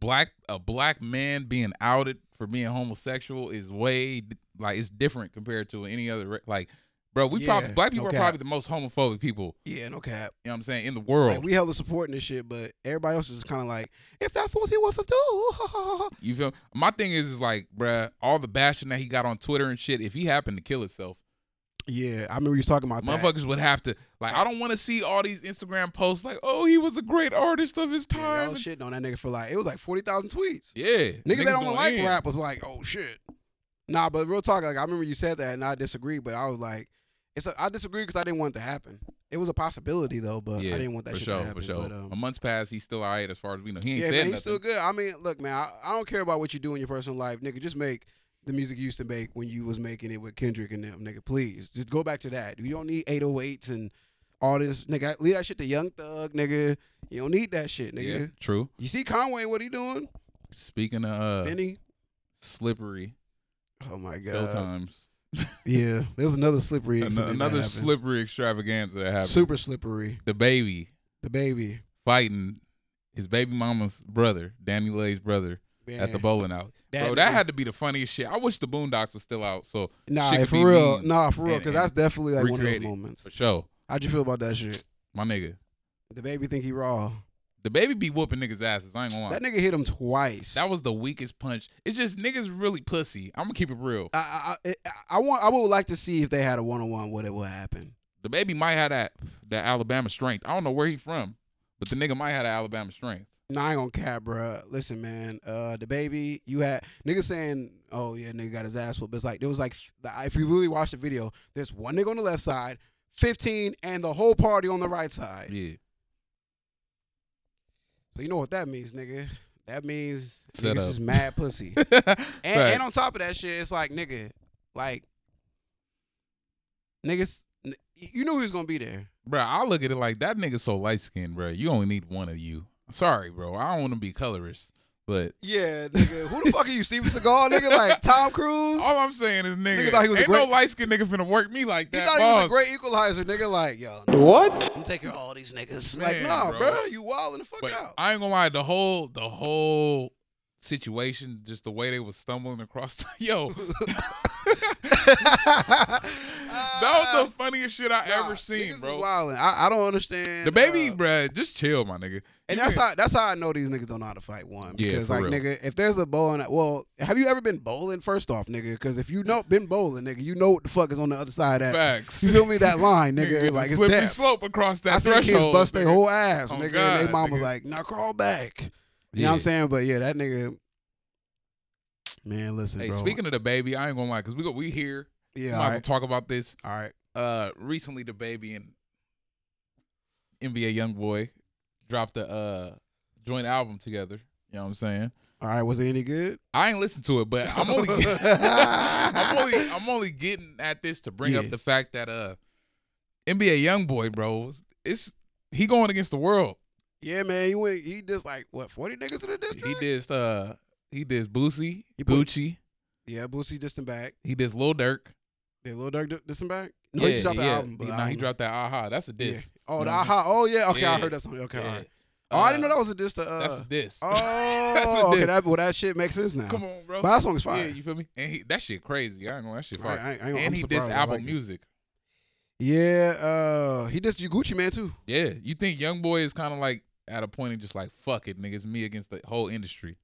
Speaker 1: black a black man being outed for being homosexual is way d- like it's different compared to any other ra- like bro we
Speaker 2: Yeah,
Speaker 1: probably black people
Speaker 2: no
Speaker 1: are
Speaker 2: cap.
Speaker 1: probably the most homophobic people
Speaker 2: Yeah, no cap.
Speaker 1: you know what I'm saying in the world
Speaker 2: Like, we hella supporting this shit, but everybody else is kind of like, if that fourth year was a dude,
Speaker 1: You feel my thing is is like, bruh, all the bashing that he got on Twitter and shit. If he happened to kill himself,
Speaker 2: Yeah, I remember you was talking about that.
Speaker 1: motherfuckers would have to like. I don't want to see all these Instagram posts like, oh, he was a great artist of his
Speaker 2: Yeah,
Speaker 1: time.
Speaker 2: y'all shitting on that nigga for like it was like forty thousand tweets.
Speaker 1: Yeah,
Speaker 2: Niggas that don't
Speaker 1: going
Speaker 2: like
Speaker 1: in.
Speaker 2: rap was like, oh shit. Nah, but real talk, like I remember you said that and I disagree, but I was like, it's a, I disagree because I didn't want it to happen. It was a possibility though, but
Speaker 1: Yeah,
Speaker 2: I didn't want that
Speaker 1: for
Speaker 2: shit
Speaker 1: sure,
Speaker 2: to happen.
Speaker 1: for sure.
Speaker 2: But, um,
Speaker 1: a month's passed, he's still alright as far as we know. He ain't
Speaker 2: yeah,
Speaker 1: said
Speaker 2: man,
Speaker 1: nothing.
Speaker 2: he's still good. I mean, look, man, I, I don't care about what you do in your personal life, nigga. Just make the music you used to make when you was making it with Kendrick and them, nigga. Please, just go back to that. You don't need 808s and all this, nigga. Leave that shit to Young Thug, nigga. You don't need that shit, nigga.
Speaker 1: Yeah, true.
Speaker 2: You see Conway, what he doing?
Speaker 1: Speaking of uh,
Speaker 2: Benny.
Speaker 1: slippery,
Speaker 2: Oh my
Speaker 1: go
Speaker 2: god.
Speaker 1: times.
Speaker 2: Yeah, there was another slippery.
Speaker 1: An-
Speaker 2: incident that
Speaker 1: another
Speaker 2: happened.
Speaker 1: slippery extravaganza that happened.
Speaker 2: Super slippery.
Speaker 1: The baby
Speaker 2: The baby.
Speaker 1: fighting his baby mama's brother, Danny Lay's brother.
Speaker 2: Man.
Speaker 1: at the bowling alley.
Speaker 2: That
Speaker 1: Bro, that
Speaker 2: nigga-
Speaker 1: had to be the funniest shit. I wish the Boondocks was still out. So
Speaker 2: Nah,
Speaker 1: shit could
Speaker 2: for
Speaker 1: be
Speaker 2: real.
Speaker 1: mean
Speaker 2: Nah, for real.
Speaker 1: and-
Speaker 2: Because that's definitely like one of those
Speaker 1: recreated.
Speaker 2: moments.
Speaker 1: for sure,
Speaker 2: How'd you feel about that shit?
Speaker 1: my nigga,
Speaker 2: The baby think he raw.
Speaker 1: the baby be whooping niggas' asses. I ain't gonna lie.
Speaker 2: That
Speaker 1: That,
Speaker 2: nigga hit him twice.
Speaker 1: was the weakest punch. It's just niggas really pussy. I'm gonna keep it real.
Speaker 2: I, I, I, I want. I would like to see if they had a one on one, what it would happen.
Speaker 1: The baby might have that that Alabama strength. I don't know where he from, but the nigga might have that Alabama strength.
Speaker 2: Nah, I ain't gonna cap, bruh. Listen, man. Uh, the baby, you had niggas saying, "Oh yeah, nigga got his ass whooped." But it's like there was like, if you really watch the video, there's one nigga on the left side, fifteen, and the whole party on the right side.
Speaker 1: Yeah,
Speaker 2: So you know what that means, nigga. That means
Speaker 1: Set
Speaker 2: niggas
Speaker 1: up.
Speaker 2: is mad pussy.
Speaker 1: and,
Speaker 2: And, and on top of that shit, it's like nigga, like niggas, n- you knew he was gonna be there.
Speaker 1: bro, I look at it like that nigga so light skinned, bro. You only need one of you. Sorry, bro. I don't want to be colorist, but
Speaker 2: Yeah, nigga. Who the fuck are you, Steven Seagal, nigga? Like Tom Cruise?
Speaker 1: all I'm saying is, nigga,
Speaker 2: Nigga thought he was a
Speaker 1: ain't
Speaker 2: great-
Speaker 1: no light skinned nigga finna work me like
Speaker 2: He
Speaker 1: that.
Speaker 2: thought he was
Speaker 1: boss.
Speaker 2: a great equalizer, nigga. Like, yo,
Speaker 3: What?
Speaker 2: I'm taking all these niggas. like,
Speaker 1: Man,
Speaker 2: nah,
Speaker 1: bro.
Speaker 2: bro, you wilding the fuck
Speaker 1: But
Speaker 2: out.
Speaker 1: I ain't gonna lie, the whole the whole situation, just the way they was stumbling across, the, yo, that
Speaker 2: Ah,
Speaker 1: was the funniest shit I ever seen, bro.
Speaker 2: Wilding. I, I don't understand.
Speaker 1: The baby,
Speaker 2: uh,
Speaker 1: bruh, just chill, my nigga.
Speaker 2: And
Speaker 1: You
Speaker 2: that's
Speaker 1: can-
Speaker 2: how that's how I know these niggas don't know how to fight one.
Speaker 1: Yeah,
Speaker 2: Because
Speaker 1: for
Speaker 2: like
Speaker 1: real.
Speaker 2: nigga, if there's a bowling, well, have you ever been bowling? First off, nigga, because if you know been bowling, nigga, you know what the fuck is on the other side of that.
Speaker 1: facts.
Speaker 2: You feel me? That line,
Speaker 1: Nigga,
Speaker 2: nigga,
Speaker 1: the
Speaker 2: like it's
Speaker 1: slippery
Speaker 2: death.
Speaker 1: slope across that
Speaker 2: I seen kids
Speaker 1: threshold.
Speaker 2: bust
Speaker 1: nigga.
Speaker 2: their whole ass,
Speaker 1: Oh,
Speaker 2: nigga, and
Speaker 1: God,
Speaker 2: their mom was
Speaker 1: nigga.
Speaker 2: like, "Now crawl back." You
Speaker 1: yeah.
Speaker 2: know what I'm saying? But yeah, that nigga. Man, listen,
Speaker 1: Hey,
Speaker 2: bro.
Speaker 1: speaking of the baby, I ain't gonna lie, cause we go we here.
Speaker 2: yeah,
Speaker 1: might
Speaker 2: all
Speaker 1: as well
Speaker 2: right,
Speaker 1: talk about this.
Speaker 2: all right.
Speaker 1: Uh, recently, the baby and NBA YoungBoy dropped a uh joint album together. You know what I'm saying?
Speaker 2: All right, was it any good?
Speaker 1: I ain't listened to it, but I'm only I'm only I'm only getting at this to bring
Speaker 2: Yeah.
Speaker 1: up the fact that uh NBA YoungBoy, bro, it's he going against the world.
Speaker 2: Yeah, man, he went. He just like what forty niggas in the district.
Speaker 1: He did uh he did Boosie,
Speaker 2: He put-
Speaker 1: Gucci,
Speaker 2: Yeah, Boosie distant back.
Speaker 1: he did Lil Durk,
Speaker 2: Did Lil Durk di- distant back? No, he dropped the album, but
Speaker 1: He-
Speaker 2: I
Speaker 1: nah, he
Speaker 2: don't-
Speaker 1: dropped that aha. That's a diss.
Speaker 2: Yeah. Oh,
Speaker 1: You
Speaker 2: the
Speaker 1: know what I'm
Speaker 2: aha. Oh yeah. Okay, I
Speaker 1: Yeah.
Speaker 2: heard that song. Okay,
Speaker 1: Yeah. Uh,
Speaker 2: all right. Oh, I didn't know that was a diss to. Uh,
Speaker 1: That's a diss.
Speaker 2: Oh,
Speaker 1: That's a
Speaker 2: okay.
Speaker 1: diss.
Speaker 2: That, well, that shit makes sense now.
Speaker 1: Come on, bro.
Speaker 2: But that song's fire.
Speaker 1: Yeah, you feel me? And he, that shit crazy. I ain't gonna that shit
Speaker 2: I, I,
Speaker 1: fire.
Speaker 2: I, ain't gonna- I'm
Speaker 1: and he
Speaker 2: surprised.
Speaker 1: dissed
Speaker 2: I
Speaker 1: album
Speaker 2: like it.
Speaker 1: music.
Speaker 2: Yeah, uh, he dissed you Gucci man too.
Speaker 1: Yeah, you think Young Boy is kind of like at a point and just like fuck it, nigga, it's me against the whole industry.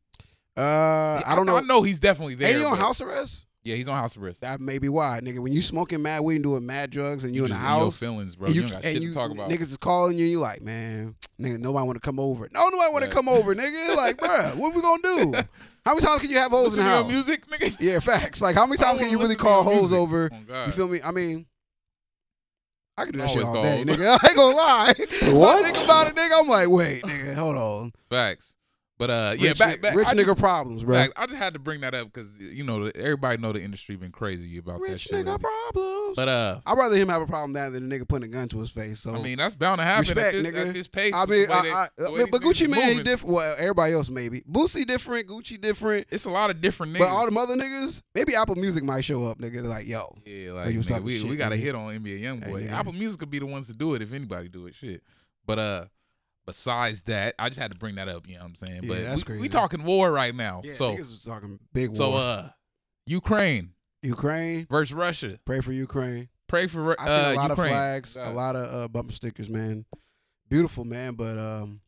Speaker 2: Uh,
Speaker 1: Yeah,
Speaker 2: I don't know.
Speaker 1: I know he's definitely there.
Speaker 2: Ain't he on
Speaker 1: but-
Speaker 2: house arrest?
Speaker 1: Yeah, he's on house arrest.
Speaker 2: That may be why, nigga. When you smoking mad weed and doing mad drugs, and you, in the
Speaker 1: just your
Speaker 2: house,
Speaker 1: feelings, bro.
Speaker 2: and
Speaker 1: You, don't got
Speaker 2: and
Speaker 1: shit
Speaker 2: you-
Speaker 1: to talk about.
Speaker 2: Niggas is calling you. You like, man, nigga, nobody want to come over. No, nobody want to
Speaker 1: Right.
Speaker 2: come over, nigga. Like, bruh, what we gonna do? How many times can you have hoes in
Speaker 1: Listen
Speaker 2: the
Speaker 1: to your
Speaker 2: house?
Speaker 1: music, nigga.
Speaker 2: Yeah, facts. Like, how many
Speaker 1: I
Speaker 2: times
Speaker 1: wanna
Speaker 2: can you really
Speaker 1: listen to
Speaker 2: call
Speaker 1: your
Speaker 2: hoes
Speaker 1: music.
Speaker 2: over?
Speaker 1: Oh, God.
Speaker 2: You feel me? I mean, I could do that shit
Speaker 1: Always
Speaker 2: all
Speaker 1: call
Speaker 2: day,
Speaker 1: hoes.
Speaker 2: nigga. I ain't gonna lie. If I
Speaker 3: What?
Speaker 2: think about it, nigga. I'm like, wait, nigga, hold on.
Speaker 1: Facts. But uh, yeah,
Speaker 2: rich
Speaker 1: back,
Speaker 2: ni-
Speaker 1: back
Speaker 2: rich
Speaker 1: I
Speaker 2: nigga
Speaker 1: just,
Speaker 2: problems, bro.
Speaker 1: back- I just had to bring that up because you know everybody know the industry been crazy about that
Speaker 2: rich
Speaker 1: shit.
Speaker 2: nigga
Speaker 1: lately.
Speaker 2: problems.
Speaker 1: But uh,
Speaker 2: I'd rather him have a problem that than a nigga putting a gun to his face. So
Speaker 1: I mean that's bound to happen
Speaker 2: Respect,
Speaker 1: at, this,
Speaker 2: nigga.
Speaker 1: at this pace.
Speaker 2: I
Speaker 1: with the
Speaker 2: mean,
Speaker 1: way they-
Speaker 2: I, I,
Speaker 1: the way
Speaker 2: but, but
Speaker 1: these
Speaker 2: Gucci
Speaker 1: niggas
Speaker 2: man, he
Speaker 1: moving.
Speaker 2: different. Well, everybody else maybe. Boosie different, Gucci different,
Speaker 1: It's a lot of different niggas.
Speaker 2: but all the other niggas, maybe Apple Music might show up, nigga. They're like, yo,
Speaker 1: Yeah,
Speaker 2: Oh, you
Speaker 1: like
Speaker 2: was
Speaker 1: nigga,
Speaker 2: talking
Speaker 1: we
Speaker 2: shit,
Speaker 1: we got a
Speaker 2: nigga.
Speaker 1: hit on NBA YoungBoy.
Speaker 2: Hey, nigga.
Speaker 1: Apple Music could be the ones to do it if anybody do it. Shit, but uh, besides that, I just had to bring that up. You know what I'm saying?
Speaker 2: Yeah,
Speaker 1: but
Speaker 2: that's
Speaker 1: we,
Speaker 2: crazy.
Speaker 1: we talking war right now.
Speaker 2: yeah,
Speaker 1: so
Speaker 2: niggas was talking big
Speaker 1: so
Speaker 2: war.
Speaker 1: uh, Ukraine
Speaker 2: Ukraine,
Speaker 1: versus Russia.
Speaker 2: pray for Ukraine.
Speaker 1: Pray for Ru-
Speaker 2: I seen a
Speaker 1: uh,
Speaker 2: lot
Speaker 1: Ukraine.
Speaker 2: of flags, a
Speaker 1: God.
Speaker 2: lot of uh, bumper stickers, man. Beautiful, man, but um,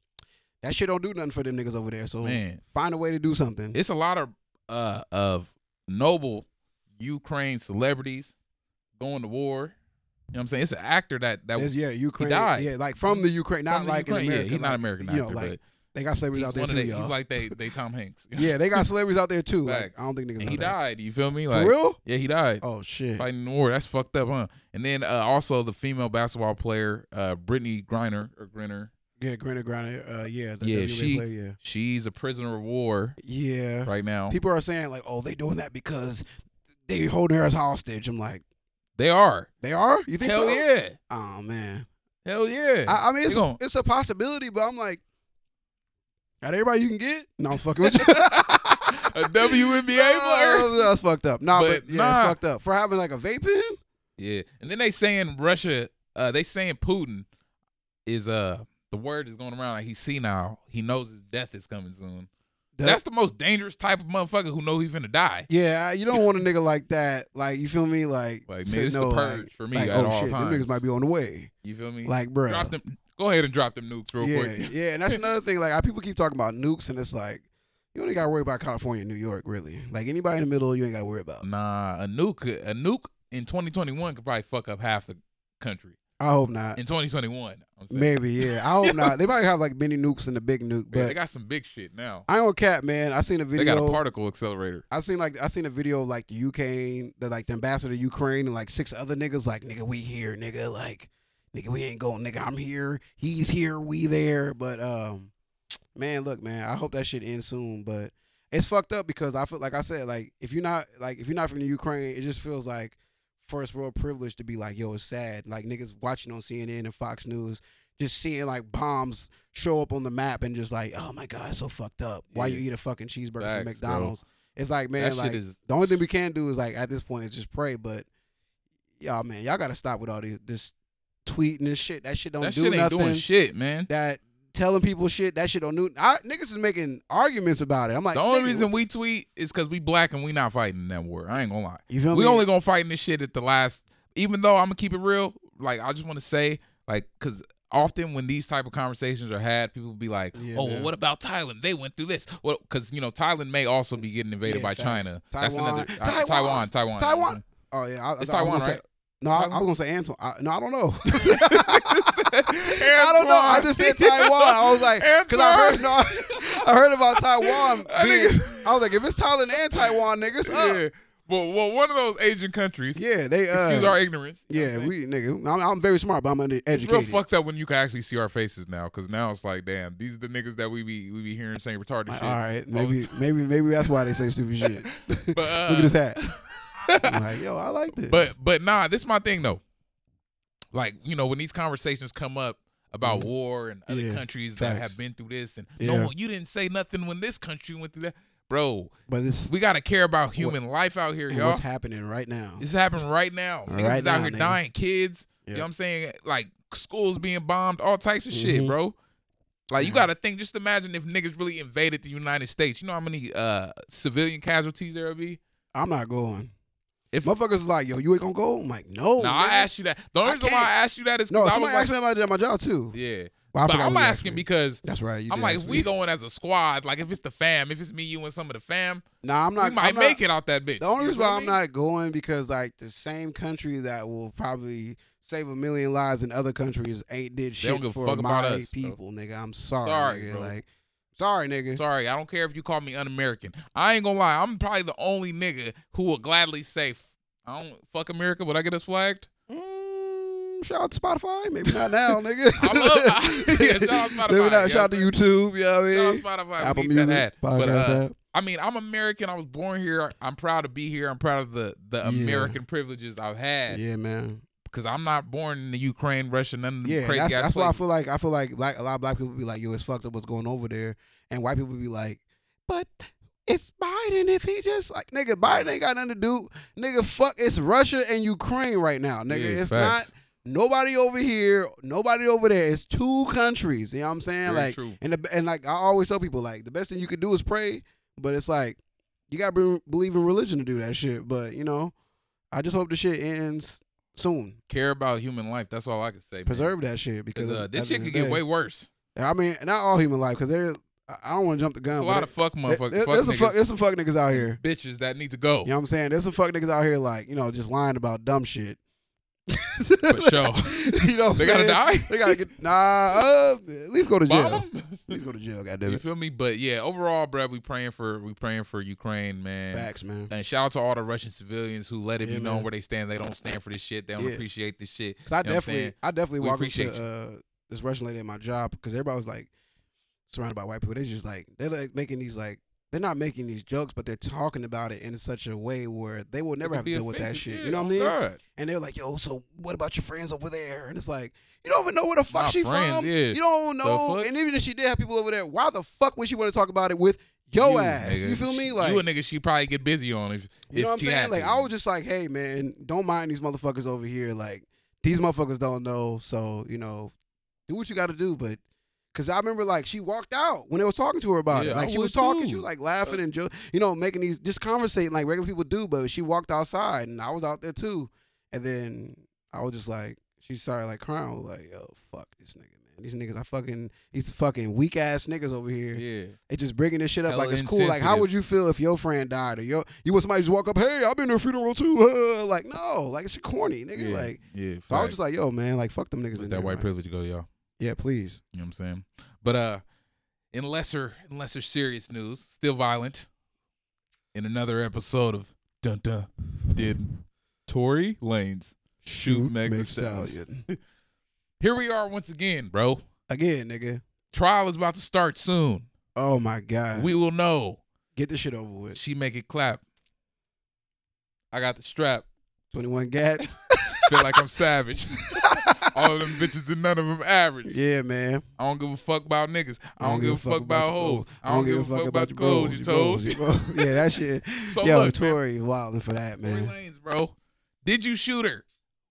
Speaker 2: that shit don't do nothing for them niggas over there. So
Speaker 1: Man,
Speaker 2: find a way to do something.
Speaker 1: it's a lot of uh of noble Ukraine celebrities going to war. You know what I'm saying? It's an actor that that
Speaker 2: There's- yeah, Ukraine.
Speaker 1: died.
Speaker 2: Yeah, like from the Ukraine, not
Speaker 1: from the
Speaker 2: like
Speaker 1: Ukraine.
Speaker 2: in America.
Speaker 1: Yeah, he's not
Speaker 2: like,
Speaker 1: American
Speaker 2: You know,
Speaker 1: actor,
Speaker 2: like
Speaker 1: but
Speaker 2: they got
Speaker 1: he's,
Speaker 2: celebrities
Speaker 1: one
Speaker 2: out there
Speaker 1: of
Speaker 2: too,
Speaker 1: the,
Speaker 2: y'all.
Speaker 1: he's like they they Tom Hanks.
Speaker 2: yeah, they got celebrities out there too. Like
Speaker 1: Facts.
Speaker 2: I don't think niggas.
Speaker 1: and
Speaker 2: know
Speaker 1: he
Speaker 2: that.
Speaker 1: died. You feel me?
Speaker 2: For
Speaker 1: Like,
Speaker 2: real?
Speaker 1: Yeah, he died
Speaker 2: Oh shit.
Speaker 1: fighting the war. That's fucked up, huh? And then uh, also the female basketball player, uh, Brittany Griner or Griner.
Speaker 2: yeah, Grinner Griner. Uh, yeah. The
Speaker 1: Yeah,
Speaker 2: yeah,
Speaker 1: she-
Speaker 2: Player, yeah.
Speaker 1: She's a prisoner of war
Speaker 2: Yeah.
Speaker 1: right now.
Speaker 2: People are saying like, oh, they doing that because they holding her as hostage. I'm like,
Speaker 1: They are.
Speaker 2: they are. You think
Speaker 1: Hell
Speaker 2: so?
Speaker 1: yeah.
Speaker 2: Oh man.
Speaker 1: Hell yeah.
Speaker 2: I, I mean,
Speaker 1: They
Speaker 2: it's
Speaker 1: gon-
Speaker 2: it's a possibility, but I'm like, got everybody you can get? No, I'm fucking with you.
Speaker 1: a WNBA player.
Speaker 2: Oh, That's fucked up. Nah, but,
Speaker 1: But
Speaker 2: yeah,
Speaker 1: nah.
Speaker 2: it's fucked up for having like a vape pen.
Speaker 1: Yeah. And then they saying Russia. Uh, they saying Putin is uh the word is going around like he's senile. He knows his death is coming soon. That's the most dangerous type of motherfucker who know he's gonna die.
Speaker 2: Yeah, you don't want a nigga like that. Like, you feel me? Like,
Speaker 1: Like
Speaker 2: say
Speaker 1: nigga, it's
Speaker 2: no,
Speaker 1: the
Speaker 2: like-
Speaker 1: purge for me
Speaker 2: like,
Speaker 1: at
Speaker 2: oh
Speaker 1: all
Speaker 2: shit, them
Speaker 1: times.
Speaker 2: niggas might be on the way.
Speaker 1: you feel me?
Speaker 2: Like, bro.
Speaker 1: drop them. Go ahead and drop them nukes real
Speaker 2: yeah,
Speaker 1: quick.
Speaker 2: yeah, and that's another thing. Like, I, people keep talking about nukes, and it's like you only got to worry about California, and New York, really. Like anybody in the middle, you ain't got to worry about.
Speaker 1: Nah, a nuke, a nuke in 2021 could probably fuck up half the country
Speaker 2: I hope not.
Speaker 1: in 2021. I'm saying.
Speaker 2: Maybe, yeah. I hope not. They might have like mini nukes and the big nuke,
Speaker 1: Man,
Speaker 2: but
Speaker 1: they got some big shit now.
Speaker 2: I don't cap, man. I seen a
Speaker 1: They got a
Speaker 2: video.
Speaker 1: particle accelerator.
Speaker 2: I seen like I seen a video of, like the Ukraine, the like the ambassador of Ukraine, and like six other niggas like nigga, we here, nigga, like nigga, we ain't going, nigga, I'm here, he's here, we there, but um, man, look, man, I hope that shit ends soon, but it's fucked up because I feel like I said, like if you're not like if you're not from the Ukraine, it just feels like first world privilege to be like, yo, it's sad, like niggas watching on CNN and Fox News. Just seeing like bombs show up on the map and just like, oh my god, it's so fucked up. Why
Speaker 1: Yeah.
Speaker 2: you eat a fucking cheeseburger
Speaker 1: Facts,
Speaker 2: from
Speaker 1: bro.
Speaker 2: McDonald's? It's like, man,
Speaker 1: that
Speaker 2: like
Speaker 1: shit is
Speaker 2: the only thing we can do is like at this point is just pray. But y'all, man, y'all got to stop with all these this tweeting and shit. That shit don't
Speaker 1: that
Speaker 2: do
Speaker 1: shit ain't
Speaker 2: nothing.
Speaker 1: doing shit, man.
Speaker 2: That telling people shit. That shit don't do. I, niggas is making arguments about it. I'm like,
Speaker 1: the only
Speaker 2: nigga,
Speaker 1: reason we tweet is because we black and we not fighting in that war. I ain't gonna lie.
Speaker 2: you feel
Speaker 1: we
Speaker 2: me?
Speaker 1: only gonna fight in this shit at the last. Even though I'm gonna keep it real, like I just want to say, like, cause often when these type of conversations are had, people be like,
Speaker 2: Yeah,
Speaker 1: "Oh, well,
Speaker 2: man.
Speaker 1: what about Thailand? They went through this." Well, cause you know Thailand may also be getting invaded
Speaker 2: Yeah,
Speaker 1: by
Speaker 2: facts.
Speaker 1: China. That's
Speaker 2: Taiwan.
Speaker 1: another uh,
Speaker 2: Taiwan.
Speaker 1: Taiwan, Taiwan,
Speaker 2: Taiwan. Oh yeah, I, I-
Speaker 1: It's
Speaker 2: I was
Speaker 1: Taiwan,
Speaker 2: gonna
Speaker 1: right?
Speaker 2: Say, no, I, I
Speaker 1: Taiwan?
Speaker 2: was gonna say Antoine. I, no, I don't know. I don't know. I just said Taiwan. I was like, because I heard no, I heard about Taiwan.
Speaker 1: That
Speaker 2: Being, I was like, if it's Thailand and Taiwan, niggas, up.
Speaker 1: Yeah. Well, well, one of those Asian countries.
Speaker 2: yeah, they uh,
Speaker 1: Excuse our ignorance. you know
Speaker 2: Yeah,
Speaker 1: what I'm saying?
Speaker 2: we nigga, I'm, I'm very smart, but I'm
Speaker 1: It's real
Speaker 2: undereducated.
Speaker 1: fucked up when you can actually see our faces now, because now it's like, damn, these are the niggas that we be we be hearing saying retarded
Speaker 2: Like,
Speaker 1: shit.
Speaker 2: all right, maybe, maybe, maybe that's why they say stupid shit.
Speaker 1: But, uh,
Speaker 2: Look at his hat. I'm like, yo, I like this.
Speaker 1: But but nah, this is my thing though. Like you know when these conversations come up about
Speaker 2: Mhm.
Speaker 1: war and other
Speaker 2: Yeah,
Speaker 1: countries that
Speaker 2: facts.
Speaker 1: have been through this, and
Speaker 2: Yeah.
Speaker 1: no one, you didn't say nothing when this country went through that, bro.
Speaker 2: But this
Speaker 1: We gotta care about human life out here,
Speaker 2: and
Speaker 1: y'all.
Speaker 2: what's happening right now.
Speaker 1: This happened right now.
Speaker 2: Right
Speaker 1: Niggas is out
Speaker 2: now,
Speaker 1: here
Speaker 2: nigga.
Speaker 1: dying. Kids, you
Speaker 2: Yeah.
Speaker 1: know what I'm saying? Like schools being bombed, all types of shit,
Speaker 2: Mhm.
Speaker 1: bro. Like you
Speaker 2: Mhm.
Speaker 1: gotta think, just imagine if niggas really invaded the United States. You know how many uh civilian casualties there'll be?
Speaker 2: I'm not going.
Speaker 1: If-
Speaker 2: If motherfuckers is like, yo, you ain't gonna go, I'm like, no.
Speaker 1: now
Speaker 2: nigga.
Speaker 1: I asked you that. The only
Speaker 2: Oh, I
Speaker 1: reason why I
Speaker 2: can't.
Speaker 1: asked you that is
Speaker 2: No,
Speaker 1: because I was
Speaker 2: somebody
Speaker 1: like,
Speaker 2: asked me about it at my job too.
Speaker 1: Yeah.
Speaker 2: Well, I
Speaker 1: but
Speaker 2: forgot
Speaker 1: I'm
Speaker 2: what you asked
Speaker 1: asking
Speaker 2: me.
Speaker 1: because
Speaker 2: That's right. You
Speaker 1: I'm
Speaker 2: did
Speaker 1: like,
Speaker 2: ask
Speaker 1: if
Speaker 2: me.
Speaker 1: we going as a squad, like if it's the fam, if it's me, you, and some of the fam,
Speaker 2: Nah, I'm not.
Speaker 1: we might
Speaker 2: I'm not-
Speaker 1: make it out that bitch.
Speaker 2: The only
Speaker 1: You
Speaker 2: reason
Speaker 1: feel
Speaker 2: why I'm
Speaker 1: me?
Speaker 2: not going because like the same country that will probably save a million lives in other countries ain't did
Speaker 1: don't
Speaker 2: shit
Speaker 1: give a
Speaker 2: for
Speaker 1: fuck
Speaker 2: my
Speaker 1: about us, bro.
Speaker 2: people, nigga. I'm sorry,
Speaker 1: Sorry,
Speaker 2: nigga.
Speaker 1: bro.
Speaker 2: Like, sorry, nigga.
Speaker 1: Sorry, I don't care if you call me un-American. I ain't gonna lie. I'm probably the only nigga who will gladly say, f- "I don't fuck America." Would I get us flagged?
Speaker 2: Mm, shout out to Spotify, maybe not now, nigga.
Speaker 1: I love- Yeah, shout out Spotify,
Speaker 2: Maybe not.
Speaker 1: yo.
Speaker 2: Shout out to YouTube. You know what I
Speaker 1: Shout out
Speaker 2: mean?
Speaker 1: Spotify.
Speaker 2: Apple
Speaker 1: we need that
Speaker 2: Music,
Speaker 1: hat. But,
Speaker 2: podcast
Speaker 1: uh,
Speaker 2: app.
Speaker 1: I mean, I'm American. I was born here. I'm proud to be here. I'm proud of the the
Speaker 2: Yeah.
Speaker 1: American privileges I've had
Speaker 2: Yeah, man.
Speaker 1: because I'm not born in the Ukraine, Russia, none of them
Speaker 2: Yeah,
Speaker 1: crazy
Speaker 2: that's,
Speaker 1: ass
Speaker 2: that's why I
Speaker 1: places.
Speaker 2: feel like I feel like like a lot of black people be like, yo, it's fucked up what's going over there, and white people be like, but it's Biden if he just like nigga Biden ain't got nothing to do, nigga. Fuck, it's Russia and Ukraine right now, nigga.
Speaker 1: Yeah,
Speaker 2: it's
Speaker 1: facts.
Speaker 2: not nobody over here, nobody over there. It's two countries. You know what I'm saying?
Speaker 1: Very
Speaker 2: like,
Speaker 1: true.
Speaker 2: and the, and like I always tell people, like the best thing you could do is pray, but it's like you gotta be, believe in religion to do that shit. But you know, I just hope the shit ends soon.
Speaker 1: Care about human life. That's all I can say. man.
Speaker 2: Preserve that shit because
Speaker 1: Because uh,
Speaker 2: at
Speaker 1: this shit
Speaker 2: the end
Speaker 1: could
Speaker 2: of the
Speaker 1: get
Speaker 2: day-
Speaker 1: way worse.
Speaker 2: I mean, not all human life, because there. I- I don't want to jump the gun.
Speaker 1: A
Speaker 2: but
Speaker 1: lot of fuck
Speaker 2: there-
Speaker 1: motherfuckers,
Speaker 2: there-
Speaker 1: fuck
Speaker 2: there's
Speaker 1: niggas,
Speaker 2: some
Speaker 1: Oh.
Speaker 2: fuck, there's some fuck niggas out here.
Speaker 1: bitches that need to go
Speaker 2: You know what I'm saying? There's some fuck niggas out here like you know just lying about dumb shit.
Speaker 1: for sure.
Speaker 2: you know what I'm
Speaker 1: They gotta
Speaker 2: saying?
Speaker 1: die?
Speaker 2: They gotta get nah. Uh, at least go to jail.
Speaker 1: Bomb 'em?
Speaker 2: At least go to jail. Goddamn
Speaker 1: You
Speaker 2: it.
Speaker 1: feel me? But yeah, overall, bruh, we praying for we praying for Ukraine, man.
Speaker 2: Facts, man.
Speaker 1: And shout out to all the Russian civilians who let it
Speaker 2: Yeah,
Speaker 1: be known
Speaker 2: man.
Speaker 1: where they stand. They don't stand for this shit. They don't
Speaker 2: Yeah.
Speaker 1: appreciate this shit.
Speaker 2: 'Cause I
Speaker 1: You know what I'm
Speaker 2: definitely,
Speaker 1: saying?
Speaker 2: I definitely
Speaker 1: We
Speaker 2: walked
Speaker 1: appreciate
Speaker 2: into uh, this Russian lady at my job because everybody was like surrounded by white people. They just like they're like making these like they're not making these jokes, but they're talking about it in such a way where they will never
Speaker 1: It
Speaker 2: have
Speaker 1: could
Speaker 2: to
Speaker 1: be
Speaker 2: deal with that
Speaker 1: offensive.
Speaker 2: shit.
Speaker 1: Yeah,
Speaker 2: you know what I
Speaker 1: oh
Speaker 2: mean?
Speaker 1: God.
Speaker 2: And they're like, yo, so what about your friends over there? And it's like, you don't even know where the fuck
Speaker 1: My
Speaker 2: she
Speaker 1: friends,
Speaker 2: from.
Speaker 1: yeah.
Speaker 2: You don't
Speaker 1: The
Speaker 2: know.
Speaker 1: fuck?
Speaker 2: And even if she did have people over there, why the fuck would she want to talk about it with yo
Speaker 1: You,
Speaker 2: ass?
Speaker 1: nigga.
Speaker 2: You feel me?
Speaker 1: She-
Speaker 2: Like,
Speaker 1: you a nigga she probably get busy on if
Speaker 2: you know
Speaker 1: if
Speaker 2: what I'm
Speaker 1: she
Speaker 2: saying?
Speaker 1: had
Speaker 2: Like,
Speaker 1: to.
Speaker 2: I was just like, hey, man, don't mind these motherfuckers over here. Like, these motherfuckers don't know. So, you know, do what you got to do. But, because I remember, like, she walked out when they was talking to her about
Speaker 1: Yeah,
Speaker 2: it.
Speaker 1: I
Speaker 2: Like, she
Speaker 1: would
Speaker 2: was talking.
Speaker 1: too. Uh,
Speaker 2: She was, like, laughing and, jo- you know, making these, just conversating like regular people do. But she walked outside, and I was out there, too. And then I was just like, she started, like, crying. I was like, yo, fuck this nigga, man. These niggas, I fucking, these fucking weak-ass niggas over here.
Speaker 1: yeah.
Speaker 2: It just bringing this shit up
Speaker 1: Hella
Speaker 2: like it's cool. Like, how
Speaker 1: insensitive.
Speaker 2: would you feel if your friend died or your you want somebody to just walk up, hey, I've been to a funeral too. like, no, like it's corny, nigga.
Speaker 1: yeah,
Speaker 2: Like,
Speaker 1: yeah.
Speaker 2: so I was
Speaker 1: fact.
Speaker 2: just like, yo, man, like fuck them niggas.
Speaker 1: Let
Speaker 2: In
Speaker 1: that
Speaker 2: there,
Speaker 1: white
Speaker 2: man.
Speaker 1: privilege go, y'all.
Speaker 2: yeah, please.
Speaker 1: You know what I'm saying? But uh in lesser in lesser serious news, still violent. In another episode of Dun Dun Did Tory Lanes. Shoot Meg Thee
Speaker 2: Stallion.
Speaker 1: Here we are once again, bro.
Speaker 2: again, nigga.
Speaker 1: Trial is about to start soon.
Speaker 2: Oh my god,
Speaker 1: We will know.
Speaker 2: get this shit over with.
Speaker 1: She make it clap. I got the strap.
Speaker 2: Twenty one gats.
Speaker 1: Feel like I'm savage. All of them bitches and none of them average.
Speaker 2: yeah, man.
Speaker 1: I don't give a fuck about niggas. I don't give a fuck about
Speaker 2: your
Speaker 1: hoes. I don't give a fuck about your clothes, your toes.
Speaker 2: your bros. yeah, that shit.
Speaker 1: So
Speaker 2: yo,
Speaker 1: look, man.
Speaker 2: Tory wilding for that,
Speaker 1: Tory
Speaker 2: man.
Speaker 1: Lanez, bro. Did you shoot her?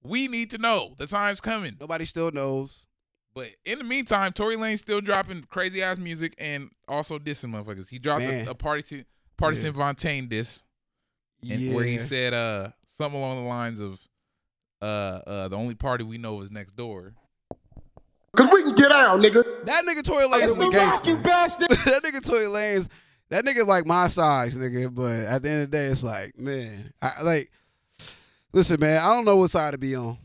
Speaker 1: We need to know. The time's coming.
Speaker 2: Nobody still knows.
Speaker 1: But in the meantime, Tory Lane's still dropping crazy ass music and also dissing motherfuckers. He dropped
Speaker 2: Man.
Speaker 1: a, a partisan partisan Vontaine diss, and
Speaker 2: Yeah.
Speaker 1: where he said uh something along the lines of uh uh the only party we know is next door.
Speaker 4: Cause we can get out, nigga.
Speaker 2: that nigga Tory Lanez is
Speaker 3: It's
Speaker 2: a
Speaker 3: the
Speaker 2: gangster.
Speaker 3: rock, you bastard.
Speaker 2: that nigga Tory Lanez, that nigga like my size, nigga. But at the end of the day, it's like, man, I like. Listen, man, I don't know what side to be on.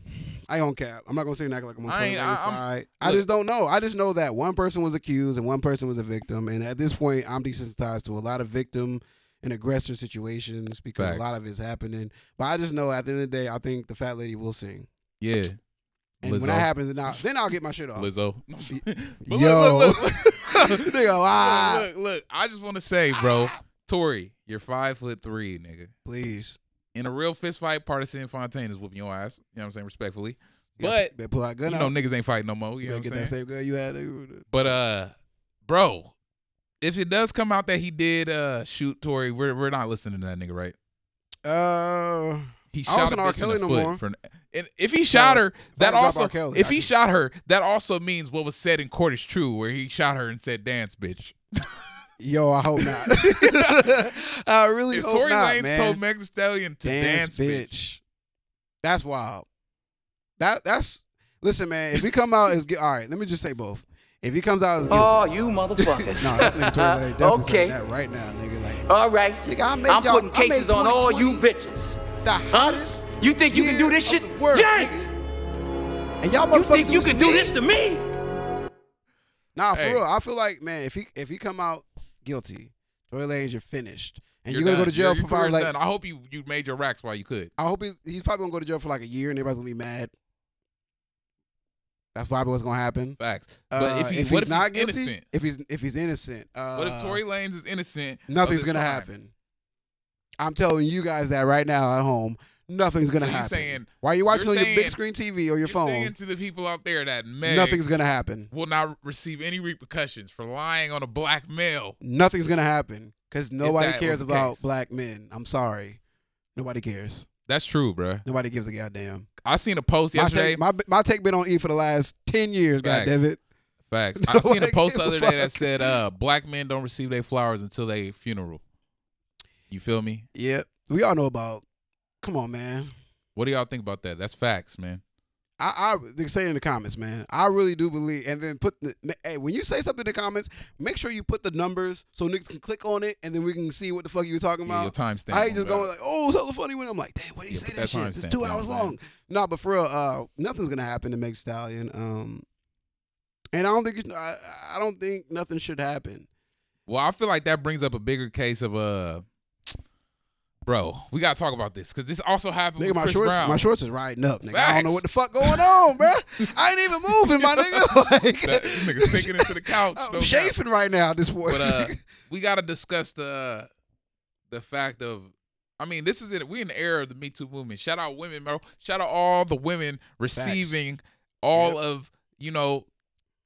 Speaker 2: I don't cap. I'm not gonna say and act like I'm on
Speaker 1: I
Speaker 2: Tory
Speaker 1: ain't-
Speaker 2: Lanez's
Speaker 1: I- I'm-
Speaker 2: side. I
Speaker 1: look.
Speaker 2: just don't know. I just know that one person was accused and one person was a victim, and at this point, I'm desensitized to a lot of victim and aggressor situations because
Speaker 1: Facts.
Speaker 2: a lot of it's happening. But I just know at the end of the day, I think the fat lady will sing,
Speaker 1: Yeah,
Speaker 2: and when that happens, then I'll, then I'll get my shit off.
Speaker 1: Lizzo. But
Speaker 2: Yo.
Speaker 1: look, look, look, look.
Speaker 2: nigga, ah,
Speaker 1: look, look, I just want to say, bro, Tory, you're five foot three, nigga.
Speaker 2: please.
Speaker 1: In a real fist fight, partisan Fontaine is whooping your ass. You know what I'm saying? Respectfully.
Speaker 2: Yeah,
Speaker 1: But
Speaker 2: better pull out
Speaker 1: you
Speaker 2: gun out.
Speaker 1: know niggas ain't fighting no more. You
Speaker 2: You
Speaker 1: know
Speaker 2: better
Speaker 1: what I'm
Speaker 2: get
Speaker 1: saying?
Speaker 2: that same gun you had. nigga.
Speaker 1: But uh, bro, if it does come out that he did uh shoot Tory, we're we're not listening to that nigga, right?
Speaker 2: Uh,
Speaker 1: He
Speaker 2: I
Speaker 1: shot
Speaker 2: wasn't
Speaker 1: a
Speaker 2: R.
Speaker 1: bitch
Speaker 2: Kelly
Speaker 1: in the
Speaker 2: no
Speaker 1: foot.
Speaker 2: more.
Speaker 1: for an- and if he shot
Speaker 2: No,
Speaker 1: her,
Speaker 2: I
Speaker 1: that
Speaker 2: would drop
Speaker 1: also
Speaker 2: R. Kelly,
Speaker 1: if
Speaker 2: I
Speaker 1: he
Speaker 2: could-
Speaker 1: shot her, that also means what was said in court is true, where he shot her and said dance, bitch.
Speaker 2: yo, I hope not. I really
Speaker 1: If
Speaker 2: hope
Speaker 1: Tory
Speaker 2: not,
Speaker 1: Lanez
Speaker 2: man.
Speaker 1: told Meg Thee Stallion to dance, bitch.
Speaker 2: That's wild. That that's listen, man. If he come out as gui- all right, let me just say both. If he comes out as guilty,
Speaker 5: Oh, you motherfuckers.
Speaker 2: no, this nigga Tory Lanez definitely
Speaker 5: okay.
Speaker 2: saying that right now, nigga. Like
Speaker 5: All right.
Speaker 2: Nigga, I made
Speaker 5: I'm
Speaker 2: y'all-
Speaker 5: putting
Speaker 2: I made
Speaker 5: cases on all you
Speaker 2: 2020.
Speaker 5: bitches.
Speaker 2: the hottest.
Speaker 5: You think you can
Speaker 2: year
Speaker 5: do this
Speaker 2: of
Speaker 5: shit?
Speaker 2: the World,
Speaker 5: Yeah.
Speaker 2: nigga. And y'all
Speaker 5: You
Speaker 2: motherfuckers
Speaker 5: think you
Speaker 2: some
Speaker 5: can do
Speaker 2: shit.
Speaker 5: this to me?
Speaker 2: Nah, for
Speaker 1: Hey.
Speaker 2: real. I feel like, man, if he if he come out guilty, Tory Lanez, you're finished, and you're,
Speaker 1: You're
Speaker 2: gonna
Speaker 1: done.
Speaker 2: go to jail
Speaker 1: Your- your
Speaker 2: for probably
Speaker 1: career's
Speaker 2: like.
Speaker 1: done. I hope you you made your racks while you could.
Speaker 2: I hope he's, he's probably gonna go to jail for like a year, and everybody's gonna be mad. That's probably what's gonna happen.
Speaker 1: Facts. But
Speaker 2: Uh,
Speaker 1: if, he, what
Speaker 2: he's not
Speaker 1: he's
Speaker 2: guilty,
Speaker 1: innocent?
Speaker 2: if he's if he's innocent, uh,
Speaker 1: What if Tory Lanez is innocent? of
Speaker 2: nothing's
Speaker 1: this
Speaker 2: gonna
Speaker 1: crime?
Speaker 2: happen. I'm telling you guys that right now at home, nothing's gonna
Speaker 1: So you're
Speaker 2: happen.
Speaker 1: saying-
Speaker 2: Why you watching
Speaker 1: you're
Speaker 2: on your big
Speaker 1: saying-
Speaker 2: screen TV or your
Speaker 1: You're saying
Speaker 2: phone?
Speaker 1: to the people out there that Meg
Speaker 2: Nothing's gonna happen.
Speaker 1: will not receive any repercussions for lying on a black male.
Speaker 2: Nothing's gonna happen because nobody
Speaker 1: that was
Speaker 2: cares
Speaker 1: the
Speaker 2: about
Speaker 1: case.
Speaker 2: black men. I'm sorry, nobody cares.
Speaker 1: That's true, bruh.
Speaker 2: Nobody gives a goddamn.
Speaker 1: I seen a post
Speaker 2: My
Speaker 1: yesterday.
Speaker 2: take, my, my take been on E for the last ten years.
Speaker 1: Facts.
Speaker 2: Goddammit.
Speaker 1: Facts.
Speaker 2: No
Speaker 1: I seen a
Speaker 2: one
Speaker 1: post the
Speaker 2: gave a
Speaker 1: other day that
Speaker 2: fuck.
Speaker 1: said, uh, "Black men don't receive their flowers until their funeral." You feel me?
Speaker 2: Yep. We all know about. Come on, man.
Speaker 1: What do y'all think about that? That's facts, man.
Speaker 2: I, I they say in the comments, man. I really do believe, and then put the hey, when you say something in the comments, make sure you put the numbers so niggas can click on it, and then we can see what the fuck you were talking
Speaker 1: Yeah, your
Speaker 2: about.
Speaker 1: timestamp.
Speaker 2: I ain't
Speaker 1: on
Speaker 2: just
Speaker 1: that.
Speaker 2: going like, oh, it's hella funny when I'm like, damn, why do you
Speaker 1: Yeah,
Speaker 2: say
Speaker 1: put
Speaker 2: that
Speaker 1: that
Speaker 2: shit? It's
Speaker 1: timestamp
Speaker 2: two
Speaker 1: down,
Speaker 2: hours
Speaker 1: man.
Speaker 2: long. No, but for real, uh, nothing's gonna happen to Meg Stallion. Um, and I don't think it's, I, I don't think nothing should happen.
Speaker 1: Well, I feel like that brings up a bigger case of uh, bro, we gotta talk about this because this also happened
Speaker 2: Nigga,
Speaker 1: with
Speaker 2: my
Speaker 1: Chris
Speaker 2: shorts,
Speaker 1: Brown.
Speaker 2: my shorts is riding up. Nigga, I don't know
Speaker 1: Facts.
Speaker 2: what the fuck going on, bro. I ain't even moving, my nigga. Like,
Speaker 1: That- this nigga sinking into the couch. no
Speaker 2: I'm
Speaker 1: doubt.
Speaker 2: chafing right now. This war.
Speaker 1: But uh, we gotta discuss the uh, the fact of. I mean, this is it. We in the era of the Me Too movement. Shout out women, bro. Shout out all the women receiving all of you know.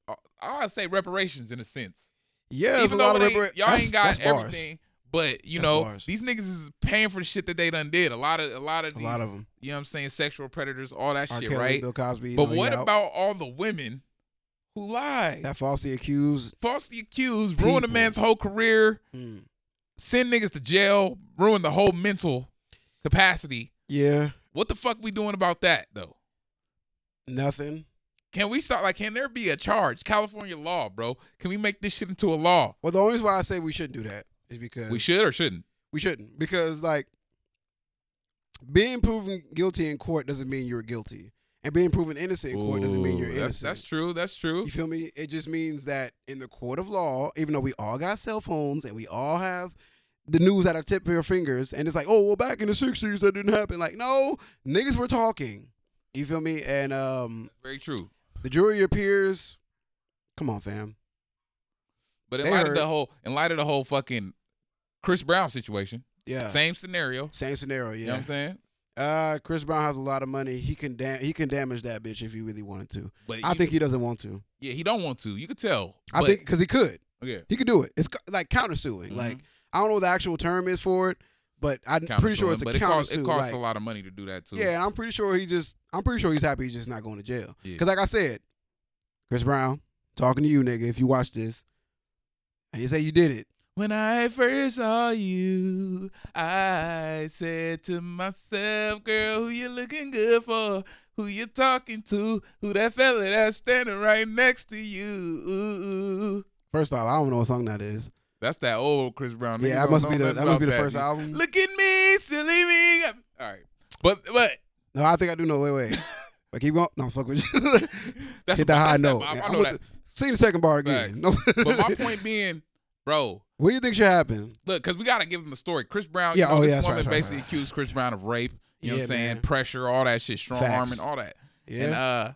Speaker 1: I- I say reparations in a sense.
Speaker 2: yeah, it's
Speaker 1: Even
Speaker 2: a
Speaker 1: though
Speaker 2: lot of
Speaker 1: they-
Speaker 2: repar-
Speaker 1: y'all
Speaker 2: that's-
Speaker 1: ain't got
Speaker 2: that's bars.
Speaker 1: everything, but you
Speaker 2: That's
Speaker 1: know
Speaker 2: bars.
Speaker 1: these niggas is paying for the shit that they done did. A lot of a lot of
Speaker 2: A
Speaker 1: these,
Speaker 2: lot of them.
Speaker 1: you know what I'm saying sexual predators, all that
Speaker 2: R.
Speaker 1: shit,
Speaker 2: Kelly,
Speaker 1: right?
Speaker 2: Bill Cosby.
Speaker 1: But
Speaker 2: you know,
Speaker 1: what
Speaker 2: he out.
Speaker 1: about all the women who lied,
Speaker 2: that falsely accused?
Speaker 1: falsely accused, ruin a
Speaker 2: people.
Speaker 1: man's whole career?
Speaker 2: Mm.
Speaker 1: send niggas to jail, ruin the whole mental capacity.
Speaker 2: Yeah,
Speaker 1: What the fuck we doing about that though?
Speaker 2: nothing.
Speaker 1: Can we start like can there be a charge? California law, bro. Can we make this shit into a law?
Speaker 2: Well, the only reason why I say we shouldn't do that is because
Speaker 1: We should or shouldn't?
Speaker 2: We shouldn't because like being proven guilty in court doesn't mean you're guilty, and being proven innocent in court doesn't mean you're
Speaker 1: Ooh, that's,
Speaker 2: innocent.
Speaker 1: that's true. That's true.
Speaker 2: You feel me? It just means that in the court of law, even though we all got cell phones and we all have the news at our tip of your fingers, and it's like, oh, well, back in the 60s, that didn't happen. Like, no, niggas were talking. You feel me? And um,
Speaker 1: Very true.
Speaker 2: the jury appears. Come on, fam.
Speaker 1: But in
Speaker 2: They
Speaker 1: light of
Speaker 2: heard.
Speaker 1: the whole in light of the whole fucking Chris Brown situation,
Speaker 2: Yeah. Same,
Speaker 1: same scenario.
Speaker 2: scenario, yeah.
Speaker 1: You know what I'm saying?
Speaker 2: uh, Chris Brown has a lot of money. He can dam- he can damage that bitch if he really wanted to.
Speaker 1: But
Speaker 2: I
Speaker 1: you-
Speaker 2: think he doesn't want to.
Speaker 1: yeah, he don't want to. You could tell.
Speaker 2: I
Speaker 1: But-
Speaker 2: think because he could.
Speaker 1: yeah.
Speaker 2: He could do it. It's co- like countersuing.
Speaker 1: Mhm.
Speaker 2: Like I don't know what the actual term is for it, but I'm pretty sure
Speaker 1: countersuing,
Speaker 2: it's a
Speaker 1: but
Speaker 2: countersuit.
Speaker 1: it costs, it costs
Speaker 2: like-
Speaker 1: a lot of money to do that too.
Speaker 2: Yeah, and I'm pretty sure he just. I'm pretty sure he's happy he's just not going to jail.
Speaker 1: Yeah.
Speaker 2: Because like I said, Chris Brown talking to you, nigga. If you watch this, and you say you did it,
Speaker 1: When I first saw you, I said to myself, girl, who you looking good for? Who you talking to? Who that fella that's standing right next to you? Ooh.
Speaker 2: first off, I don't know what song that is.
Speaker 1: That's that old Chris Brown. Niggas
Speaker 2: yeah, that
Speaker 1: don't
Speaker 2: must be
Speaker 1: know
Speaker 2: the
Speaker 1: nothing
Speaker 2: that must be the
Speaker 1: about
Speaker 2: first album.
Speaker 1: Look at me, silly me. All right. But but
Speaker 2: No, I think I do know. Wait, wait. but keep going. No, fuck with you.
Speaker 1: that's
Speaker 2: Hit the high
Speaker 1: that's that-
Speaker 2: note.
Speaker 1: I, I
Speaker 2: Yeah, I'm
Speaker 1: know
Speaker 2: with
Speaker 1: that.
Speaker 2: the- see the second bar again. No.
Speaker 1: but my point being, bro,
Speaker 2: what do you think should happen?
Speaker 1: Look, because we got to give him the story. Chris Brown,
Speaker 2: Yeah,
Speaker 1: you know,
Speaker 2: oh,
Speaker 1: this
Speaker 2: yeah, that's
Speaker 1: woman
Speaker 2: right, that's right,
Speaker 1: basically
Speaker 2: right.
Speaker 1: accused Chris Brown of rape. You know what I'm
Speaker 2: Yeah,
Speaker 1: saying?
Speaker 2: man.
Speaker 1: Pressure, all that shit, strong
Speaker 2: Facts.
Speaker 1: arming, all that.
Speaker 2: Yeah.
Speaker 1: And, uh,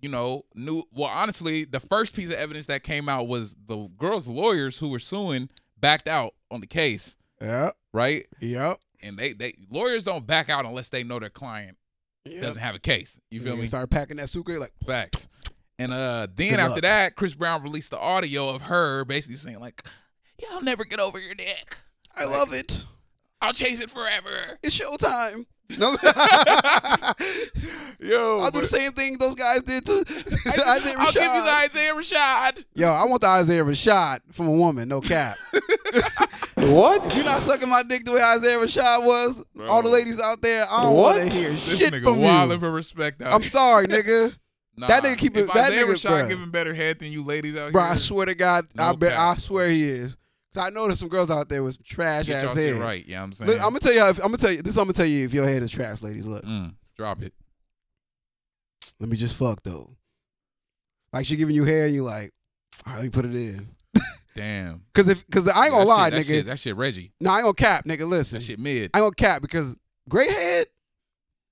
Speaker 1: you know, new. Well, honestly, the first piece of evidence that came out was the girl's lawyers who were suing backed out on the case,
Speaker 2: Yep.
Speaker 1: right?
Speaker 2: Yep.
Speaker 1: And they, they lawyers don't back out unless they know their client doesn't have a case. You feel
Speaker 2: Nigga
Speaker 1: me?
Speaker 2: Start packing that suitcase like
Speaker 1: Facts. And uh, then
Speaker 2: Good
Speaker 1: after
Speaker 2: luck.
Speaker 1: that, Chris Brown released the audio of her basically saying like, Y'all never get over your dick.
Speaker 2: I love it.
Speaker 1: I'll chase it forever.
Speaker 2: It's showtime. No,
Speaker 1: Yo,
Speaker 2: I'll do the
Speaker 1: but-
Speaker 2: same thing those guys did to Isaiah
Speaker 1: I'll give you
Speaker 2: Rashad.
Speaker 1: the Isaiah Rashad.
Speaker 2: Yo, I want the Isaiah Rashad from a woman, no cap.
Speaker 3: What?
Speaker 2: you not sucking my dick the way Isaiah Rashad was. All the ladies out there, I don't
Speaker 3: What?
Speaker 2: want to hear
Speaker 1: This
Speaker 2: shit
Speaker 1: nigga
Speaker 2: from
Speaker 1: wildin'
Speaker 2: you.
Speaker 1: for respect. Out
Speaker 2: I'm
Speaker 1: here.
Speaker 2: sorry, nigga.
Speaker 1: Nah,
Speaker 2: that nigga keep it-
Speaker 1: If
Speaker 2: that
Speaker 1: Isaiah
Speaker 2: nigga,
Speaker 1: Rashad
Speaker 2: bruh.
Speaker 1: giving better head than you ladies out
Speaker 2: Bro,
Speaker 1: here.
Speaker 2: I swear to God, I
Speaker 1: No
Speaker 2: bet
Speaker 1: cap.
Speaker 2: I swear he is. 'Cause I know there's some girls out there with some trash
Speaker 1: Get
Speaker 2: ass
Speaker 1: y'all
Speaker 2: head.
Speaker 1: shit right. Yeah, I'm saying.
Speaker 2: Look, I'm gonna tell you. If, I'm gonna tell you this. I'm gonna tell you if your head is trash, ladies. Look,
Speaker 1: Mm, drop it.
Speaker 2: let me just fuck though. Like she giving you hair, and you like, all right, let me put it in.
Speaker 1: Damn.
Speaker 2: Cause if, cause I ain't
Speaker 1: That
Speaker 2: gonna lie,
Speaker 1: shit, that
Speaker 2: nigga.
Speaker 1: shit- that shit, Reggie.
Speaker 2: No, I ain't gonna cap, nigga. Listen,
Speaker 1: That shit mid.
Speaker 2: I ain't gonna cap because gray head,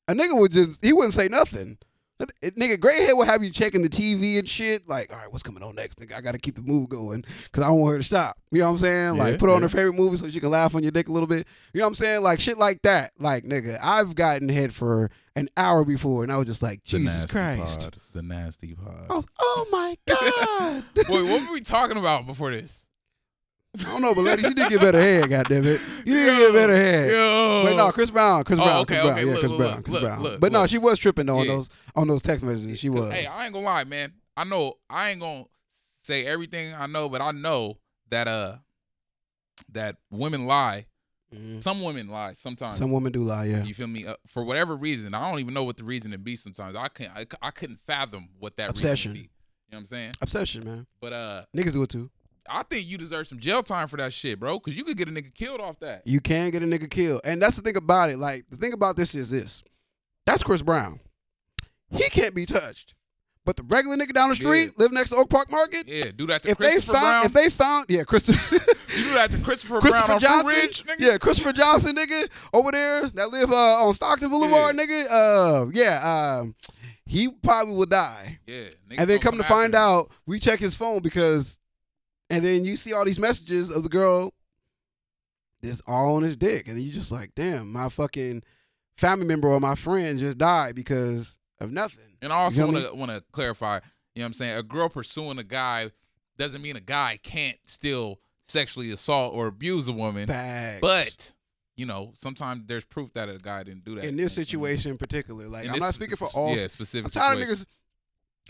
Speaker 2: a nigga would just he wouldn't say nothing. That- it- Nigga, gray head would have you checking the TV and shit. Like, all right, what's coming on next? Nigga, I gotta keep the move going because I don't want her to stop. You know what I'm saying? Like,
Speaker 1: Yeah,
Speaker 2: put on
Speaker 1: yeah.
Speaker 2: her favorite movie so she can laugh on your dick a little bit. You know what I'm saying? Like shit like that. Like, nigga, I've gotten hit for an hour before, and I was just like,
Speaker 1: The nasty
Speaker 2: Jesus Christ.
Speaker 1: pod. The nasty pod.
Speaker 2: I was, oh my god!
Speaker 1: Wait, what were we talking about before this?
Speaker 2: I don't know, but ladies, you did get better head. Goddamn it, you did get better head.
Speaker 1: Yo.
Speaker 2: But no, Chris Brown, Chris
Speaker 1: Oh,
Speaker 2: Brown,
Speaker 1: okay,
Speaker 2: Chris Brown,
Speaker 1: okay,
Speaker 2: yeah,
Speaker 1: look,
Speaker 2: Chris
Speaker 1: look,
Speaker 2: Brown,
Speaker 1: look,
Speaker 2: Chris
Speaker 1: look,
Speaker 2: Brown.
Speaker 1: look,
Speaker 2: but no,
Speaker 1: look.
Speaker 2: she was tripping though on
Speaker 1: Yeah.
Speaker 2: those on those text messages. She was.
Speaker 1: Hey, I ain't gonna lie, man. I know I ain't gonna say everything I know, but I know that uh that women lie.
Speaker 2: Mhm.
Speaker 1: Some women lie sometimes.
Speaker 2: Some women do lie, yeah.
Speaker 1: You feel me? Uh, for whatever reason, I don't even know what the reason it be. Sometimes I can't. I, c- I couldn't fathom what that
Speaker 2: Obsession.
Speaker 1: Reason would be. You know what I'm saying?
Speaker 2: Obsession, man.
Speaker 1: But uh,
Speaker 2: Niggas do it too.
Speaker 1: I think you deserve some jail time for that shit, bro. Cause you could get a nigga killed off that.
Speaker 2: You can get a nigga killed, and that's the thing about it. Like the thing about this is this: that's Chris Brown. He can't be touched. But the regular nigga down the street,
Speaker 1: Yeah.
Speaker 2: live next to Oak Park Market.
Speaker 1: Yeah, do that to
Speaker 2: If they
Speaker 1: Christopher
Speaker 2: found,
Speaker 1: Brown.
Speaker 2: if they found, yeah, Christopher.
Speaker 1: you do that to Christopher,
Speaker 2: Christopher
Speaker 1: Brown on
Speaker 2: Johnson,
Speaker 1: Fruit Ridge, nigga.
Speaker 2: yeah, Christopher Johnson, nigga, over there that live uh, on Stockton Boulevard,
Speaker 1: Yeah.
Speaker 2: nigga. Uh, yeah, um, he probably will die,
Speaker 1: Yeah, niggas
Speaker 2: and then
Speaker 1: gonna
Speaker 2: come to
Speaker 1: after
Speaker 2: find
Speaker 1: him.
Speaker 2: out, we check his phone because, and then you see all these messages of the girl, this all on his dick, and then you just like, damn, my fucking family member or my friend just died because of nothing.
Speaker 1: And I also
Speaker 2: You know
Speaker 1: want
Speaker 2: what I
Speaker 1: to want to clarify. You know what I'm saying? A girl pursuing a guy doesn't mean a guy can't still sexually assault or abuse a woman.
Speaker 2: Facts.
Speaker 1: But you know, sometimes there's proof that a guy didn't do that. You know
Speaker 2: in this
Speaker 1: what I'm saying?
Speaker 2: situation in particular, like
Speaker 1: In
Speaker 2: I'm
Speaker 1: this
Speaker 2: not speaking for all.
Speaker 1: Yeah, specific.
Speaker 2: I'm tired
Speaker 1: situation.
Speaker 2: of niggas.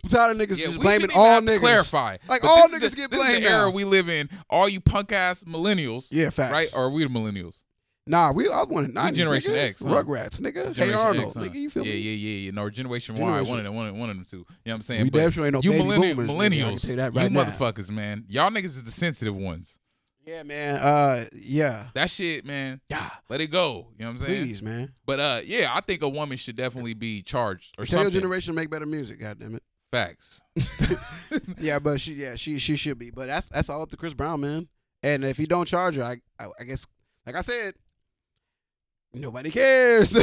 Speaker 2: I'm tired of niggas
Speaker 1: Yeah,
Speaker 2: just
Speaker 1: we shouldn't
Speaker 2: blaming
Speaker 1: even
Speaker 2: all
Speaker 1: have to
Speaker 2: niggas.
Speaker 1: Clarify.
Speaker 2: Like,
Speaker 1: But
Speaker 2: all
Speaker 1: this is
Speaker 2: niggas
Speaker 1: the,
Speaker 2: get
Speaker 1: this is
Speaker 2: blamed
Speaker 1: the era
Speaker 2: now.
Speaker 1: we live in. All you punk ass millennials,
Speaker 2: Yeah, facts.
Speaker 1: right? Or are we the millennials?
Speaker 2: Nah, we I wanted
Speaker 1: We
Speaker 2: nineties.
Speaker 1: Generation
Speaker 2: nigga.
Speaker 1: X, huh?
Speaker 2: Rugrats, nigga. Hey
Speaker 1: Generation
Speaker 2: Arnold,
Speaker 1: X, huh?
Speaker 2: nigga. You feel
Speaker 1: yeah,
Speaker 2: me?
Speaker 1: Yeah, yeah, yeah. No, Generation, Y,
Speaker 2: Generation-
Speaker 1: one of them, one of, one of them two. You know what I'm saying?
Speaker 2: We
Speaker 1: But
Speaker 2: damn sure ain't no
Speaker 1: you
Speaker 2: baby
Speaker 1: millenni-
Speaker 2: boomers, nigga, I can
Speaker 1: millennials,
Speaker 2: tell you that
Speaker 1: you
Speaker 2: right now.
Speaker 1: motherfuckers, man. Y'all niggas is the sensitive ones.
Speaker 2: Yeah, man. Uh, yeah,
Speaker 1: That shit, man.
Speaker 2: yeah.
Speaker 1: Let it go. You know what I'm saying?
Speaker 2: Please, man.
Speaker 1: But uh, yeah, I think a woman should definitely be charged or
Speaker 2: Tell your
Speaker 1: something.
Speaker 2: generation to make better music. God damn it.
Speaker 1: Facts.
Speaker 2: Yeah, but she, yeah, she, she should be. But that's that's all up to Chris Brown, man. And if you don't charge her, I, I, I guess, like I said, nobody cares.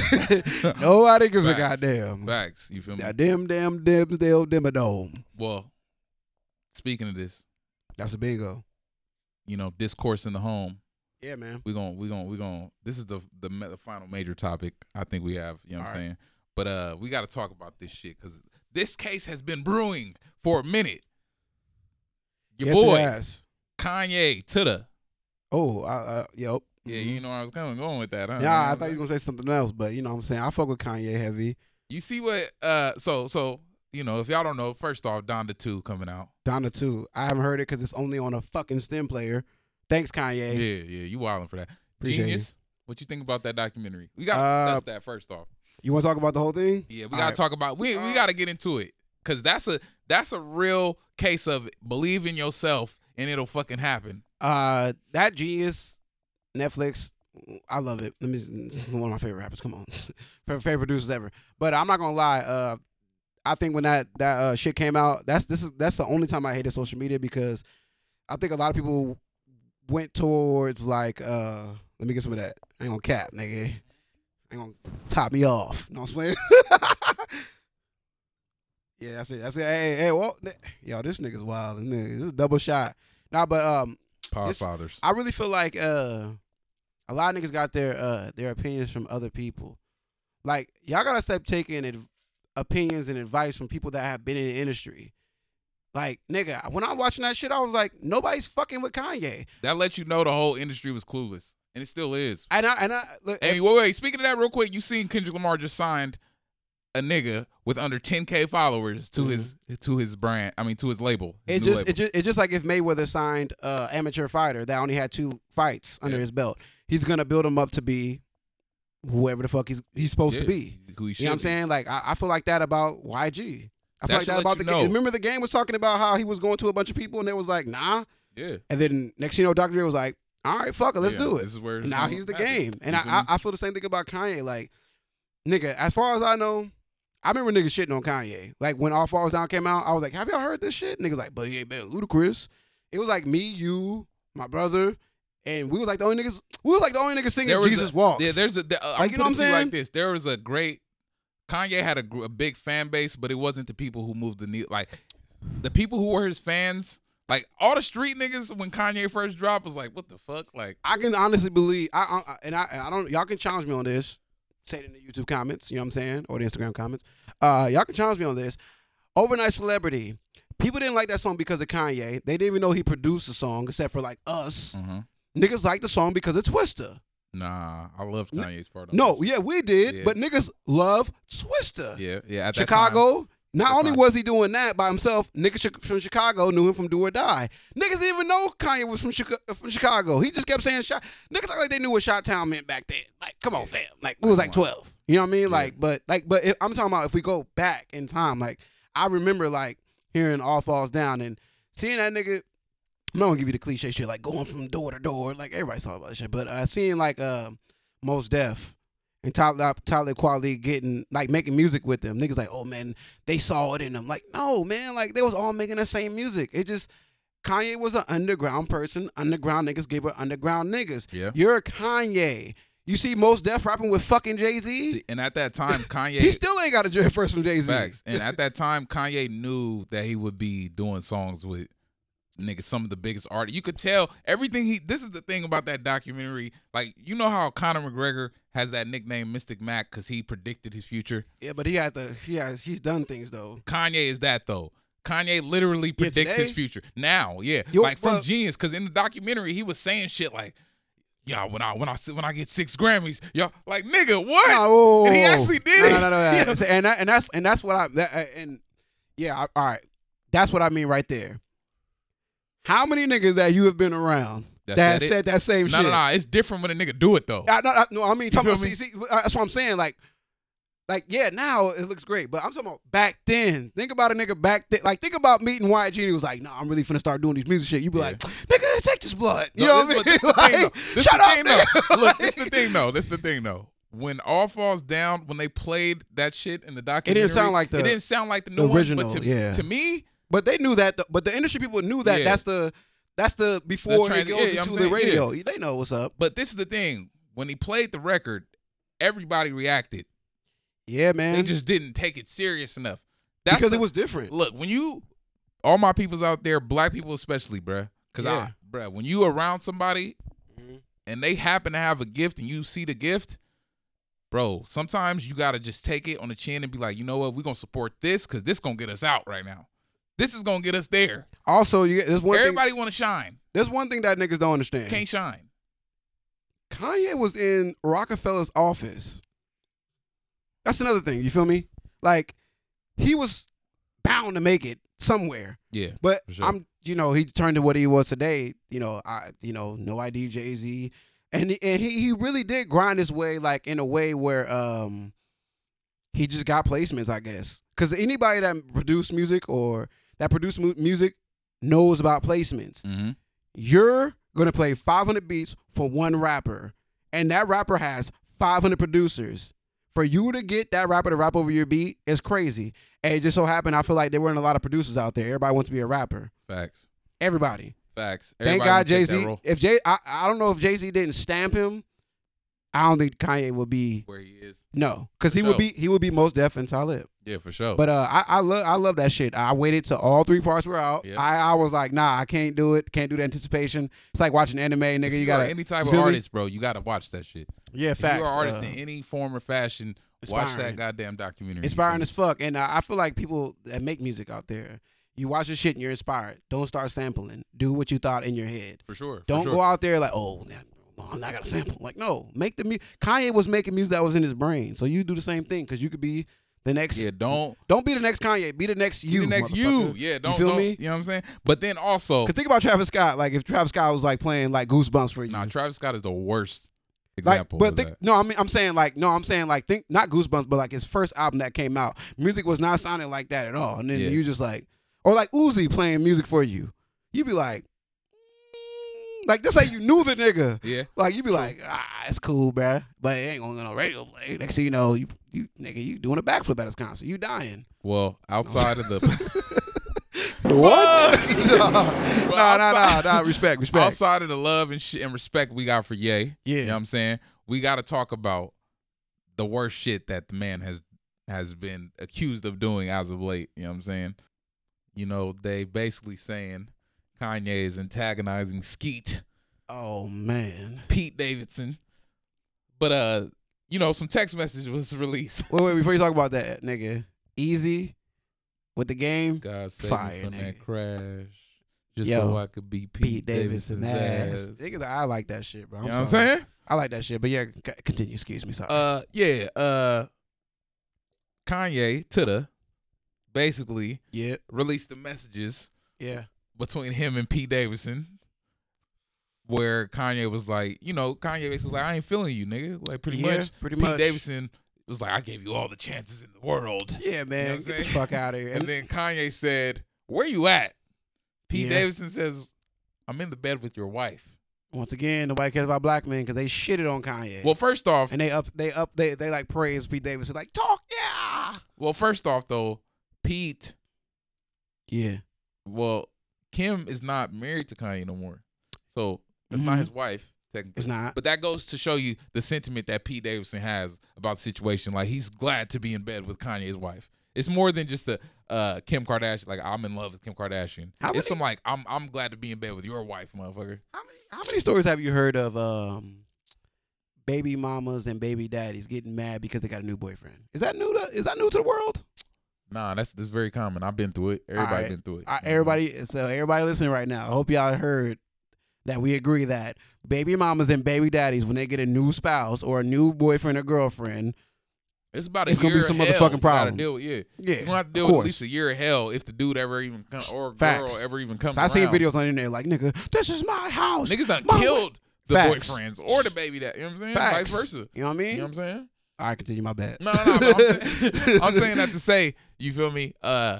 Speaker 2: nobody gives a
Speaker 1: Facts.
Speaker 2: goddamn.
Speaker 1: Facts. You feel me?
Speaker 2: Goddamn, damn, dims, damn, dimmadome.
Speaker 1: Well, speaking of this,
Speaker 2: That's a bingo.
Speaker 1: you know, discourse in the home.
Speaker 2: Yeah, man.
Speaker 1: we gon' we gon' we gon' this is the the, ma- the final major topic I think we have, you know what I'm
Speaker 2: All right.
Speaker 1: saying? But uh we got to talk about this shit cuz this case has been brewing for a minute. Your
Speaker 2: yes, it
Speaker 1: boy
Speaker 2: has.
Speaker 1: Kanye to the
Speaker 2: Oh, I, uh, yep.
Speaker 1: Yeah, you know where I was coming going with that. Huh?
Speaker 2: Nah, I thought you was gonna say something else, but you know what I'm saying. I fuck with Kanye heavy.
Speaker 1: You see what uh so so you know, if y'all don't know, first off, Donda 2 coming out.
Speaker 2: Donna too. I haven't heard it because it's only on a fucking stem player. Thanks,
Speaker 1: Yeah,
Speaker 2: Kanye.
Speaker 1: yeah, you wilding for that.
Speaker 2: Appreciate you.
Speaker 1: Genius. What you think about that documentary? We got
Speaker 2: Uh,
Speaker 1: that's that first off.
Speaker 2: You want to talk about the whole thing?
Speaker 1: Yeah, we
Speaker 2: All
Speaker 1: gotta
Speaker 2: right. Uh,
Speaker 1: talk about we we gotta get into it because that's a that's a real case of believe in yourself and it'll fucking happen.
Speaker 2: Uh, that genius, Netflix. I love it. Let me. This is one of my favorite rappers. Come on, favorite, favorite producers ever. But I'm not gonna lie. Uh, I think when that that uh, shit came out, that's this is that's the only time I hated social media because I think a lot of people went towards like uh let me get some of that. I ain't gonna cap, nigga. I ain't gonna top me off. No, I'm playing. yeah, that's it. That's it. Hey, hey, whoa. Yo, this nigga's wild. Nigga. This is a double shot. Nah, but um,
Speaker 1: Power
Speaker 2: This-
Speaker 1: fathers.
Speaker 2: I really feel like uh a lot of niggas got their uh their opinions from other people. Like y'all gotta stop taking ad- opinions and advice from people that have been in the industry. Like, nigga, when I was watching that shit, I was like, nobody's fucking with Kanye.
Speaker 1: That lets you know the whole industry was clueless, and it still is.
Speaker 2: And I and I look,
Speaker 1: Hey, wait, wait. Speaking of that, real quick, you seen Kendrick Lamar just signed a nigga with under 10k followers to his to his brand. I mean, to his label. his
Speaker 2: Mm-hmm. It
Speaker 1: new
Speaker 2: just,
Speaker 1: label.
Speaker 2: it just it's just like if Mayweather signed uh, amateur fighter that only had two fights under
Speaker 1: Yeah.
Speaker 2: his belt. He's gonna build him up to be whoever the fuck he's he's supposed to
Speaker 1: Yeah,
Speaker 2: be.
Speaker 1: Who he should
Speaker 2: You know what I'm
Speaker 1: be.
Speaker 2: saying? Like I, I feel like that about YG.
Speaker 1: That
Speaker 2: I feel like
Speaker 1: should
Speaker 2: that
Speaker 1: let
Speaker 2: about
Speaker 1: you
Speaker 2: the game.
Speaker 1: know.
Speaker 2: Remember the game was talking about how he was going to a bunch of people and they was like, nah.
Speaker 1: Yeah.
Speaker 2: And then next thing you know, Dr. Dre was like, all right, fuck it, let's
Speaker 1: Yeah,
Speaker 2: do it.
Speaker 1: This is where it's
Speaker 2: Now
Speaker 1: gonna
Speaker 2: he's the
Speaker 1: happen.
Speaker 2: game. And
Speaker 1: You
Speaker 2: I,
Speaker 1: feel
Speaker 2: I
Speaker 1: me?
Speaker 2: I feel the same thing about Kanye. Like, nigga, as far as I know, I remember niggas shitting on Kanye. Like when All Falls Down came out, I was like, have y'all heard this shit? Niggas like, but he ain't been ludicrous. It was like me, you, my brother, and we was like the only niggas we was like the only niggas singing
Speaker 1: There was
Speaker 2: Jesus
Speaker 1: a,
Speaker 2: Walks.
Speaker 1: Yeah, there's a. the- uh,
Speaker 2: Like,
Speaker 1: I'm
Speaker 2: you know what I'm
Speaker 1: putting it to you
Speaker 2: saying?
Speaker 1: Like this, there was a great. Kanye had a, gr- a big fan base, but it wasn't the people who moved the needle. Like the people who were his fans, like all the street niggas when Kanye first dropped was like, "What the fuck?" Like,
Speaker 2: I can honestly believe I, I and I I don't y'all can challenge me on this. Say it in the YouTube comments, you know what I'm saying, or the Instagram comments. Uh, y'all can challenge me on this. Overnight celebrity. People didn't like that song because of Kanye. They didn't even know he produced the song, except for like us. Niggas liked the song because of Twista.
Speaker 1: nah, I loved Kanye's part. on
Speaker 2: No, yeah, we did,
Speaker 1: Yeah.
Speaker 2: but niggas love Twista.
Speaker 1: that. yeah, yeah. At that time-
Speaker 2: Chicago. Not
Speaker 1: that
Speaker 2: only
Speaker 1: time.
Speaker 2: was he doing that by himself, niggas chi- from Chicago knew him from Do or Die. Niggas didn't even know Kanye was from Chica- from Chicago. He just kept saying shot. Niggas act like they knew what Shot Town meant back then. Like, come on, fam. Like, we was like
Speaker 1: Come on.
Speaker 2: twelve. You know what I mean? Like, but like, but if, I'm talking about if we go back in time. Like, I remember like hearing All Falls Down and seeing that nigga. I'm not gonna give you the cliche shit like going from door to door. Like everybody's talking about this shit, but uh, seeing like uh, most deaf and Talib, Talib Kweli getting like making music with them. Niggas like, oh man, they saw it in them. Like, no man, like they was all making the same music. It just Kanye was an underground person. Underground niggas gave her underground niggas.
Speaker 1: Yeah.
Speaker 2: You're Kanye. You see most deaf rapping with fucking Jay Z.
Speaker 1: And at that time, Kanye
Speaker 2: He still ain't got a J- first from Jay Z.
Speaker 1: Facts. And at that time, Kanye knew that he would be doing songs with niggas, some of the biggest artists. You could tell everything he. This is the thing about that documentary. Like you know how Conor McGregor has that nickname Mystic Mac because he predicted his future.
Speaker 2: Yeah, but he had the he has he's done things though.
Speaker 1: Kanye is that though. Kanye literally predicts
Speaker 2: today.
Speaker 1: his future now. Yeah,
Speaker 2: Yo,
Speaker 1: like from
Speaker 2: but-
Speaker 1: genius. Because in the documentary, he was saying shit like. Yeah, when I when I when I get six Grammys, y'all like nigga what?
Speaker 2: Nah, whoa, whoa,
Speaker 1: and he
Speaker 2: whoa.
Speaker 1: actually did
Speaker 2: No,
Speaker 1: it.
Speaker 2: No, no, no.
Speaker 1: Yeah.
Speaker 2: no. So- And that, and that's and that's what I that, uh, and yeah. I, all right, that's what I mean right there. How many niggas that you have been around
Speaker 1: That
Speaker 2: that,
Speaker 1: said it?
Speaker 2: said that same
Speaker 1: No,
Speaker 2: shit?
Speaker 1: no, no. It's different when a nigga do it though.
Speaker 2: I, no, I, no, I mean, talking
Speaker 1: feel
Speaker 2: about,
Speaker 1: me?
Speaker 2: see, see, uh, that's what I'm saying. Like, like yeah, now it looks great, but I'm talking about back then. Think about a nigga back then. Like, think about meeting YG. And he was like, "No, I'm really finna start doing these music shit." You be like, "Nigga, take this blood." You
Speaker 1: No,
Speaker 2: know what I
Speaker 1: this
Speaker 2: mean?
Speaker 1: is what- this is the thing, though. This the thing,
Speaker 2: Like, shut up. nigga.
Speaker 1: though. Look, this the
Speaker 2: Like,
Speaker 1: thing though. This the thing though. When all falls down, when they played that shit in the documentary,
Speaker 2: sound like the-
Speaker 1: it didn't sound like the,
Speaker 2: the
Speaker 1: new one,
Speaker 2: original,
Speaker 1: but to,
Speaker 2: yeah.
Speaker 1: to me,
Speaker 2: But they knew that. Though. But the industry people knew that.
Speaker 1: Yeah.
Speaker 2: That's the that's the before
Speaker 1: trans-
Speaker 2: it goes
Speaker 1: yeah, I'm
Speaker 2: into the
Speaker 1: saying,
Speaker 2: radio. They know what's up.
Speaker 1: but this is the thing. When he played the record, everybody reacted.
Speaker 2: Yeah,
Speaker 1: they
Speaker 2: man.
Speaker 1: just didn't take it serious enough. That's
Speaker 2: because
Speaker 1: the-
Speaker 2: it was different.
Speaker 1: look when you all my peoples out there, black people especially, bruh. Because
Speaker 2: Yeah.
Speaker 1: I, bruh, when you around somebody
Speaker 2: Mhm.
Speaker 1: and they happen to have a gift and you see the gift, bro, sometimes you gotta just take it on the chin and be like, you know what, we're gonna support this because this gonna get us out right now. This is gonna get us there.
Speaker 2: Also, you, there's one thing.
Speaker 1: Everybody wanna shine,
Speaker 2: There's one thing that niggas don't understand.
Speaker 1: can't shine.
Speaker 2: Kanye was in Rockefeller's office. That's another thing. You feel me? Like he was bound to make it somewhere.
Speaker 1: Yeah.
Speaker 2: But
Speaker 1: For sure.
Speaker 2: I'm, you know, he turned to what he was today. You know, I, you know, no ID, Jay Z, and he- and he he really did grind his way like in a way where um he just got placements, I guess. Because anybody that produced music or that produced mu- music knows about placements
Speaker 1: Mm-hmm.
Speaker 2: you're gonna play 500 beats for one rapper, and that rapper has 500 producers. For you to get that rapper to rap over your beat is crazy. And it just so happened, I feel like there weren't a lot of producers out there. Everybody wants to be a rapper.
Speaker 1: Facts.
Speaker 2: Everybody.
Speaker 1: Facts.
Speaker 2: Thank
Speaker 1: Everybody
Speaker 2: God
Speaker 1: wanna
Speaker 2: Jay
Speaker 1: take that
Speaker 2: Z.
Speaker 1: role.
Speaker 2: If Jay, I, I don't know if Jay Z didn't stamp him. I don't think Kanye would be
Speaker 1: where he is.
Speaker 2: no, because he
Speaker 1: For
Speaker 2: would
Speaker 1: sure.
Speaker 2: be he would be most deaf and Talib.
Speaker 1: Yeah, for sure.
Speaker 2: But uh, I, I love I love that shit. I waited till all three parts were out.
Speaker 1: Yeah.
Speaker 2: I, I was like, nah, I can't do it. Can't do the anticipation. It's like watching anime, nigga. You,
Speaker 1: you
Speaker 2: gotta
Speaker 1: are any type
Speaker 2: you
Speaker 1: of
Speaker 2: feel me?
Speaker 1: artist, bro, you gotta watch that shit.
Speaker 2: Yeah,
Speaker 1: If you're
Speaker 2: facts.
Speaker 1: an artist
Speaker 2: uh,
Speaker 1: in any form or fashion, watch
Speaker 2: inspiring.
Speaker 1: that goddamn documentary.
Speaker 2: inspiring as fuck, and uh, I feel like people that make music out there, You watch the shit and you're inspired. Don't start sampling. Do what you thought in your head.
Speaker 1: For sure. for
Speaker 2: Don't
Speaker 1: sure.
Speaker 2: go out there like, oh, man, well, I'm not gonna sample. Like, no, make the music. Kanye was making music that was in his brain, so you do the same thing because you could be the next.
Speaker 1: Yeah, don't.
Speaker 2: Don't be the next Kanye. Be the next you.
Speaker 1: the next you.
Speaker 2: motherfucker.
Speaker 1: Yeah, don't.
Speaker 2: you feel
Speaker 1: don't-
Speaker 2: me?
Speaker 1: You know what I'm saying? But then also,
Speaker 2: Cause think about Travis Scott. Like if Travis Scott was like playing like Goosebumps for you.
Speaker 1: nah, Travis Scott is the worst
Speaker 2: like,
Speaker 1: example.
Speaker 2: but
Speaker 1: of
Speaker 2: think,
Speaker 1: that.
Speaker 2: no, I mean, I'm saying like, no, I'm saying like, think not Goosebumps, but like his first album that came out, music was not sounding like that at all. And then
Speaker 1: Yeah.
Speaker 2: you just like, or like Uzi playing music for you, you be like, mm, like that's how you knew the nigga.
Speaker 1: Yeah.
Speaker 2: Like you be like, ah, it's cool, bruh. but it ain't gonna get no radio play. Next thing you know, you, you nigga, you doing a backflip at his concert, you dying.
Speaker 1: Well, outside of the
Speaker 3: What?
Speaker 2: nah, nah, nah, nah, respect, respect.
Speaker 1: outside of the love and shit and respect we got for Ye,
Speaker 2: yeah,
Speaker 1: you know what I'm saying? We got to talk about the worst shit that the man has has been accused of doing as of late, you know what I'm saying? You know, they basically saying Kanye is antagonizing Skeet
Speaker 2: Oh man.
Speaker 1: Pete Davidson. But uh, you know, some text message was released.
Speaker 2: Wait, wait, before you talk about that, nigga. Easy with the game.
Speaker 1: God save
Speaker 2: Fire,
Speaker 1: me from that
Speaker 2: nigga.
Speaker 1: crash. Just
Speaker 2: Yo,
Speaker 1: so I could be Pete,
Speaker 2: Pete Davidson's ass.
Speaker 1: ass. You
Speaker 2: Niggas, I like that shit, bro. I'm
Speaker 1: know what I'm
Speaker 2: sorry.
Speaker 1: saying?
Speaker 2: I like that shit, but yeah, c- continue. Excuse me, sorry.
Speaker 1: Uh, yeah. Uh, Kanye Titta basically
Speaker 2: yeah,
Speaker 1: released the messages
Speaker 2: yeah.
Speaker 1: between him and Pete Davidson, where Kanye was like, you know, Kanye basically was like, I ain't feeling you, nigga. Like pretty
Speaker 2: yeah,
Speaker 1: much.
Speaker 2: pretty
Speaker 1: Pete
Speaker 2: much.
Speaker 1: Davidson was like, I gave you all the chances in the world,
Speaker 2: Yeah,
Speaker 1: You
Speaker 2: man,
Speaker 1: know what I'm
Speaker 2: get the
Speaker 1: saying?
Speaker 2: fuck out of here.
Speaker 1: and then Kanye said, Where you at? Pete
Speaker 2: Yeah.
Speaker 1: Davidson says, I'm in the bed with your wife.
Speaker 2: once again, nobody cares about black men because they shitted on Kanye.
Speaker 1: Well, first off,
Speaker 2: and they up, they up, they they like praise Pete Davidson, like talk, yeah,
Speaker 1: well, first off though, Pete,
Speaker 2: yeah,
Speaker 1: well, Kim is not married to Kanye no more, so that's not
Speaker 2: Mhm.
Speaker 1: his wife technically.
Speaker 2: it's not.
Speaker 1: But that goes to show you the sentiment that Pete Davidson has about the situation. Like he's glad to be in bed with Kanye's wife. It's more than just the uh, Kim Kardashian. Like I'm in love with Kim Kardashian.
Speaker 2: How
Speaker 1: it's
Speaker 2: many-
Speaker 1: some like I'm I'm glad to be in bed with your wife, motherfucker.
Speaker 2: How many, how many stories have you heard of um, baby mamas and baby daddies getting mad because they got a new boyfriend? Is that new to is that new to the world?
Speaker 1: Nah, that's that's very common. I've been through it. Everybody
Speaker 2: right.
Speaker 1: been through it.
Speaker 2: I,
Speaker 1: You know?
Speaker 2: everybody, so everybody listening right now, I hope y'all heard that we agree that baby mamas and baby daddies, when they get a new spouse or a new boyfriend or girlfriend,
Speaker 1: It's about a
Speaker 2: It's gonna be
Speaker 1: year
Speaker 2: some
Speaker 1: of hell
Speaker 2: motherfucking
Speaker 1: you gotta
Speaker 2: problems.
Speaker 1: Deal with, yeah.
Speaker 2: yeah,
Speaker 1: You're gonna have to
Speaker 2: of
Speaker 1: deal with at
Speaker 2: course.
Speaker 1: least a year of hell if the dude ever even come or
Speaker 2: Facts.
Speaker 1: girl ever even comes.
Speaker 2: I seen
Speaker 1: around.
Speaker 2: videos on the internet like, nigga, this is my house.
Speaker 1: Niggas done
Speaker 2: my
Speaker 1: killed the
Speaker 2: Facts.
Speaker 1: boyfriends or the baby that. You know what I'm saying?
Speaker 2: Facts.
Speaker 1: Vice versa.
Speaker 2: You know what I mean?
Speaker 1: You know what I'm saying?
Speaker 2: All right, continue my bad.
Speaker 1: No, no, no. but I'm, saying, I'm saying that to say, you feel me? Uh,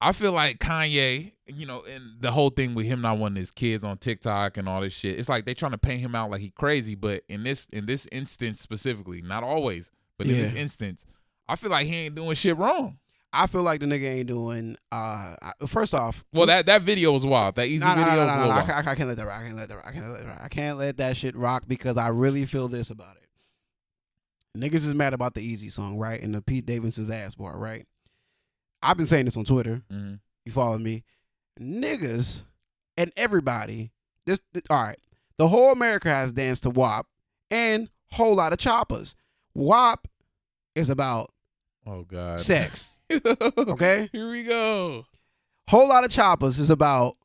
Speaker 1: I feel like Kanye, you know, and the whole thing with him not wanting his kids on TikTok and all this shit. It's like they trying to paint him out like he crazy, but in this in this instance specifically, not always, but in this
Speaker 2: Yeah.
Speaker 1: instance, I feel like he ain't doing shit wrong.
Speaker 2: I feel like the nigga ain't doing. Uh, I- first off,
Speaker 1: Well, that that video was wild. That easy
Speaker 2: No, no,
Speaker 1: video
Speaker 2: no, no,
Speaker 1: was a
Speaker 2: no,
Speaker 1: little
Speaker 2: no. I,
Speaker 1: wild.
Speaker 2: ca- I can't let that rock. I can't let that rock. I can't let that rock. I can't let that shit rock because I really feel this about it. Niggas is mad about the Easy song, right? And the Pete Davidson's ass bar, right? I've been saying this on Twitter.
Speaker 1: Mhm.
Speaker 2: You follow me? Niggas and everybody. This th- all right. The whole America has danced to WAP and whole lot of choppers. WAP is about
Speaker 1: Oh God.
Speaker 2: sex. Okay?
Speaker 1: Here we go.
Speaker 2: Whole lot of choppers is about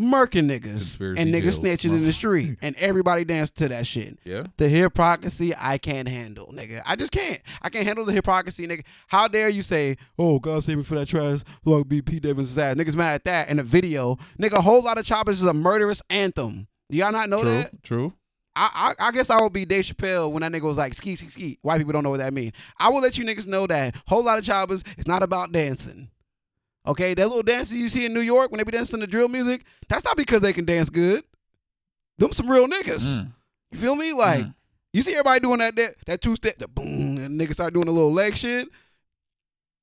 Speaker 2: murking niggas
Speaker 1: Conspiracy
Speaker 2: and niggas
Speaker 1: tales,
Speaker 2: snitches
Speaker 1: bro.
Speaker 2: in the street, and everybody danced to that shit.
Speaker 1: Yeah.
Speaker 2: The hypocrisy I can't handle, nigga. I just can't. I can't handle the hypocrisy, nigga. How dare you say, "Oh God, save me for that trash"? Look, be Pete Davidson's ass. Niggas mad at that in a video, nigga. A whole lot of choppers is a murderous anthem. Do y'all not know
Speaker 1: true.
Speaker 2: that?
Speaker 1: True.
Speaker 2: I, I I guess I would be Dave Chappelle when that nigga was like ski ski ski. White people don't know what that means. I will let you niggas know that whole lot of choppers. It's not about dancing. Okay, that little dancing you see in New York when they be dancing to drill music, that's not because they can dance good. Them some real niggas.
Speaker 1: Mm.
Speaker 2: You feel me? Like
Speaker 1: Mm.
Speaker 2: you see everybody doing that that, that two step, the boom, and niggas start doing a little leg shit.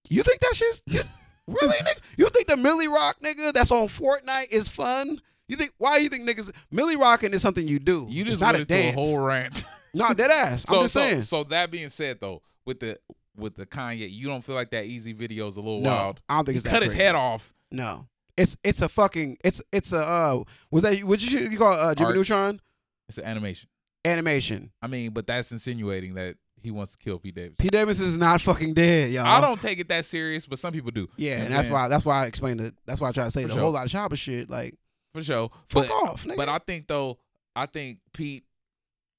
Speaker 2: You think that shit's you- really nigga? You think the Millie Rock nigga that's on Fortnite is fun? You think why you think niggas Millie Rocking is something you do?
Speaker 1: You
Speaker 2: it's
Speaker 1: just
Speaker 2: not
Speaker 1: went
Speaker 2: a
Speaker 1: into
Speaker 2: dance.
Speaker 1: a whole rant.
Speaker 2: No, dead ass.
Speaker 1: so,
Speaker 2: I'm just
Speaker 1: so,
Speaker 2: saying.
Speaker 1: so that being said though, with the with the Kanye, you don't feel like that easy video is a little
Speaker 2: no,
Speaker 1: wild.
Speaker 2: I don't think
Speaker 1: He
Speaker 2: it's that
Speaker 1: cut his
Speaker 2: crazy.
Speaker 1: head off.
Speaker 2: No, it's it's a fucking it's it's a uh was that what you you call it, uh, Jimmy
Speaker 1: Art.
Speaker 2: Neutron
Speaker 1: It's an animation.
Speaker 2: animation?
Speaker 1: I mean, but that's insinuating that he wants to kill Pete Davidson.
Speaker 2: Pete Davidson is not fucking dead, y'all.
Speaker 1: I don't take it that serious, but some people do.
Speaker 2: Yeah,
Speaker 1: You know
Speaker 2: and
Speaker 1: what
Speaker 2: that's
Speaker 1: I'm
Speaker 2: why that's why I explained it. That's why I try to say
Speaker 1: For
Speaker 2: the
Speaker 1: sure.
Speaker 2: whole lot of chopper shit. Like,
Speaker 1: for sure.
Speaker 2: fuck
Speaker 1: But
Speaker 2: off, nigga.
Speaker 1: but I think though, I think Pete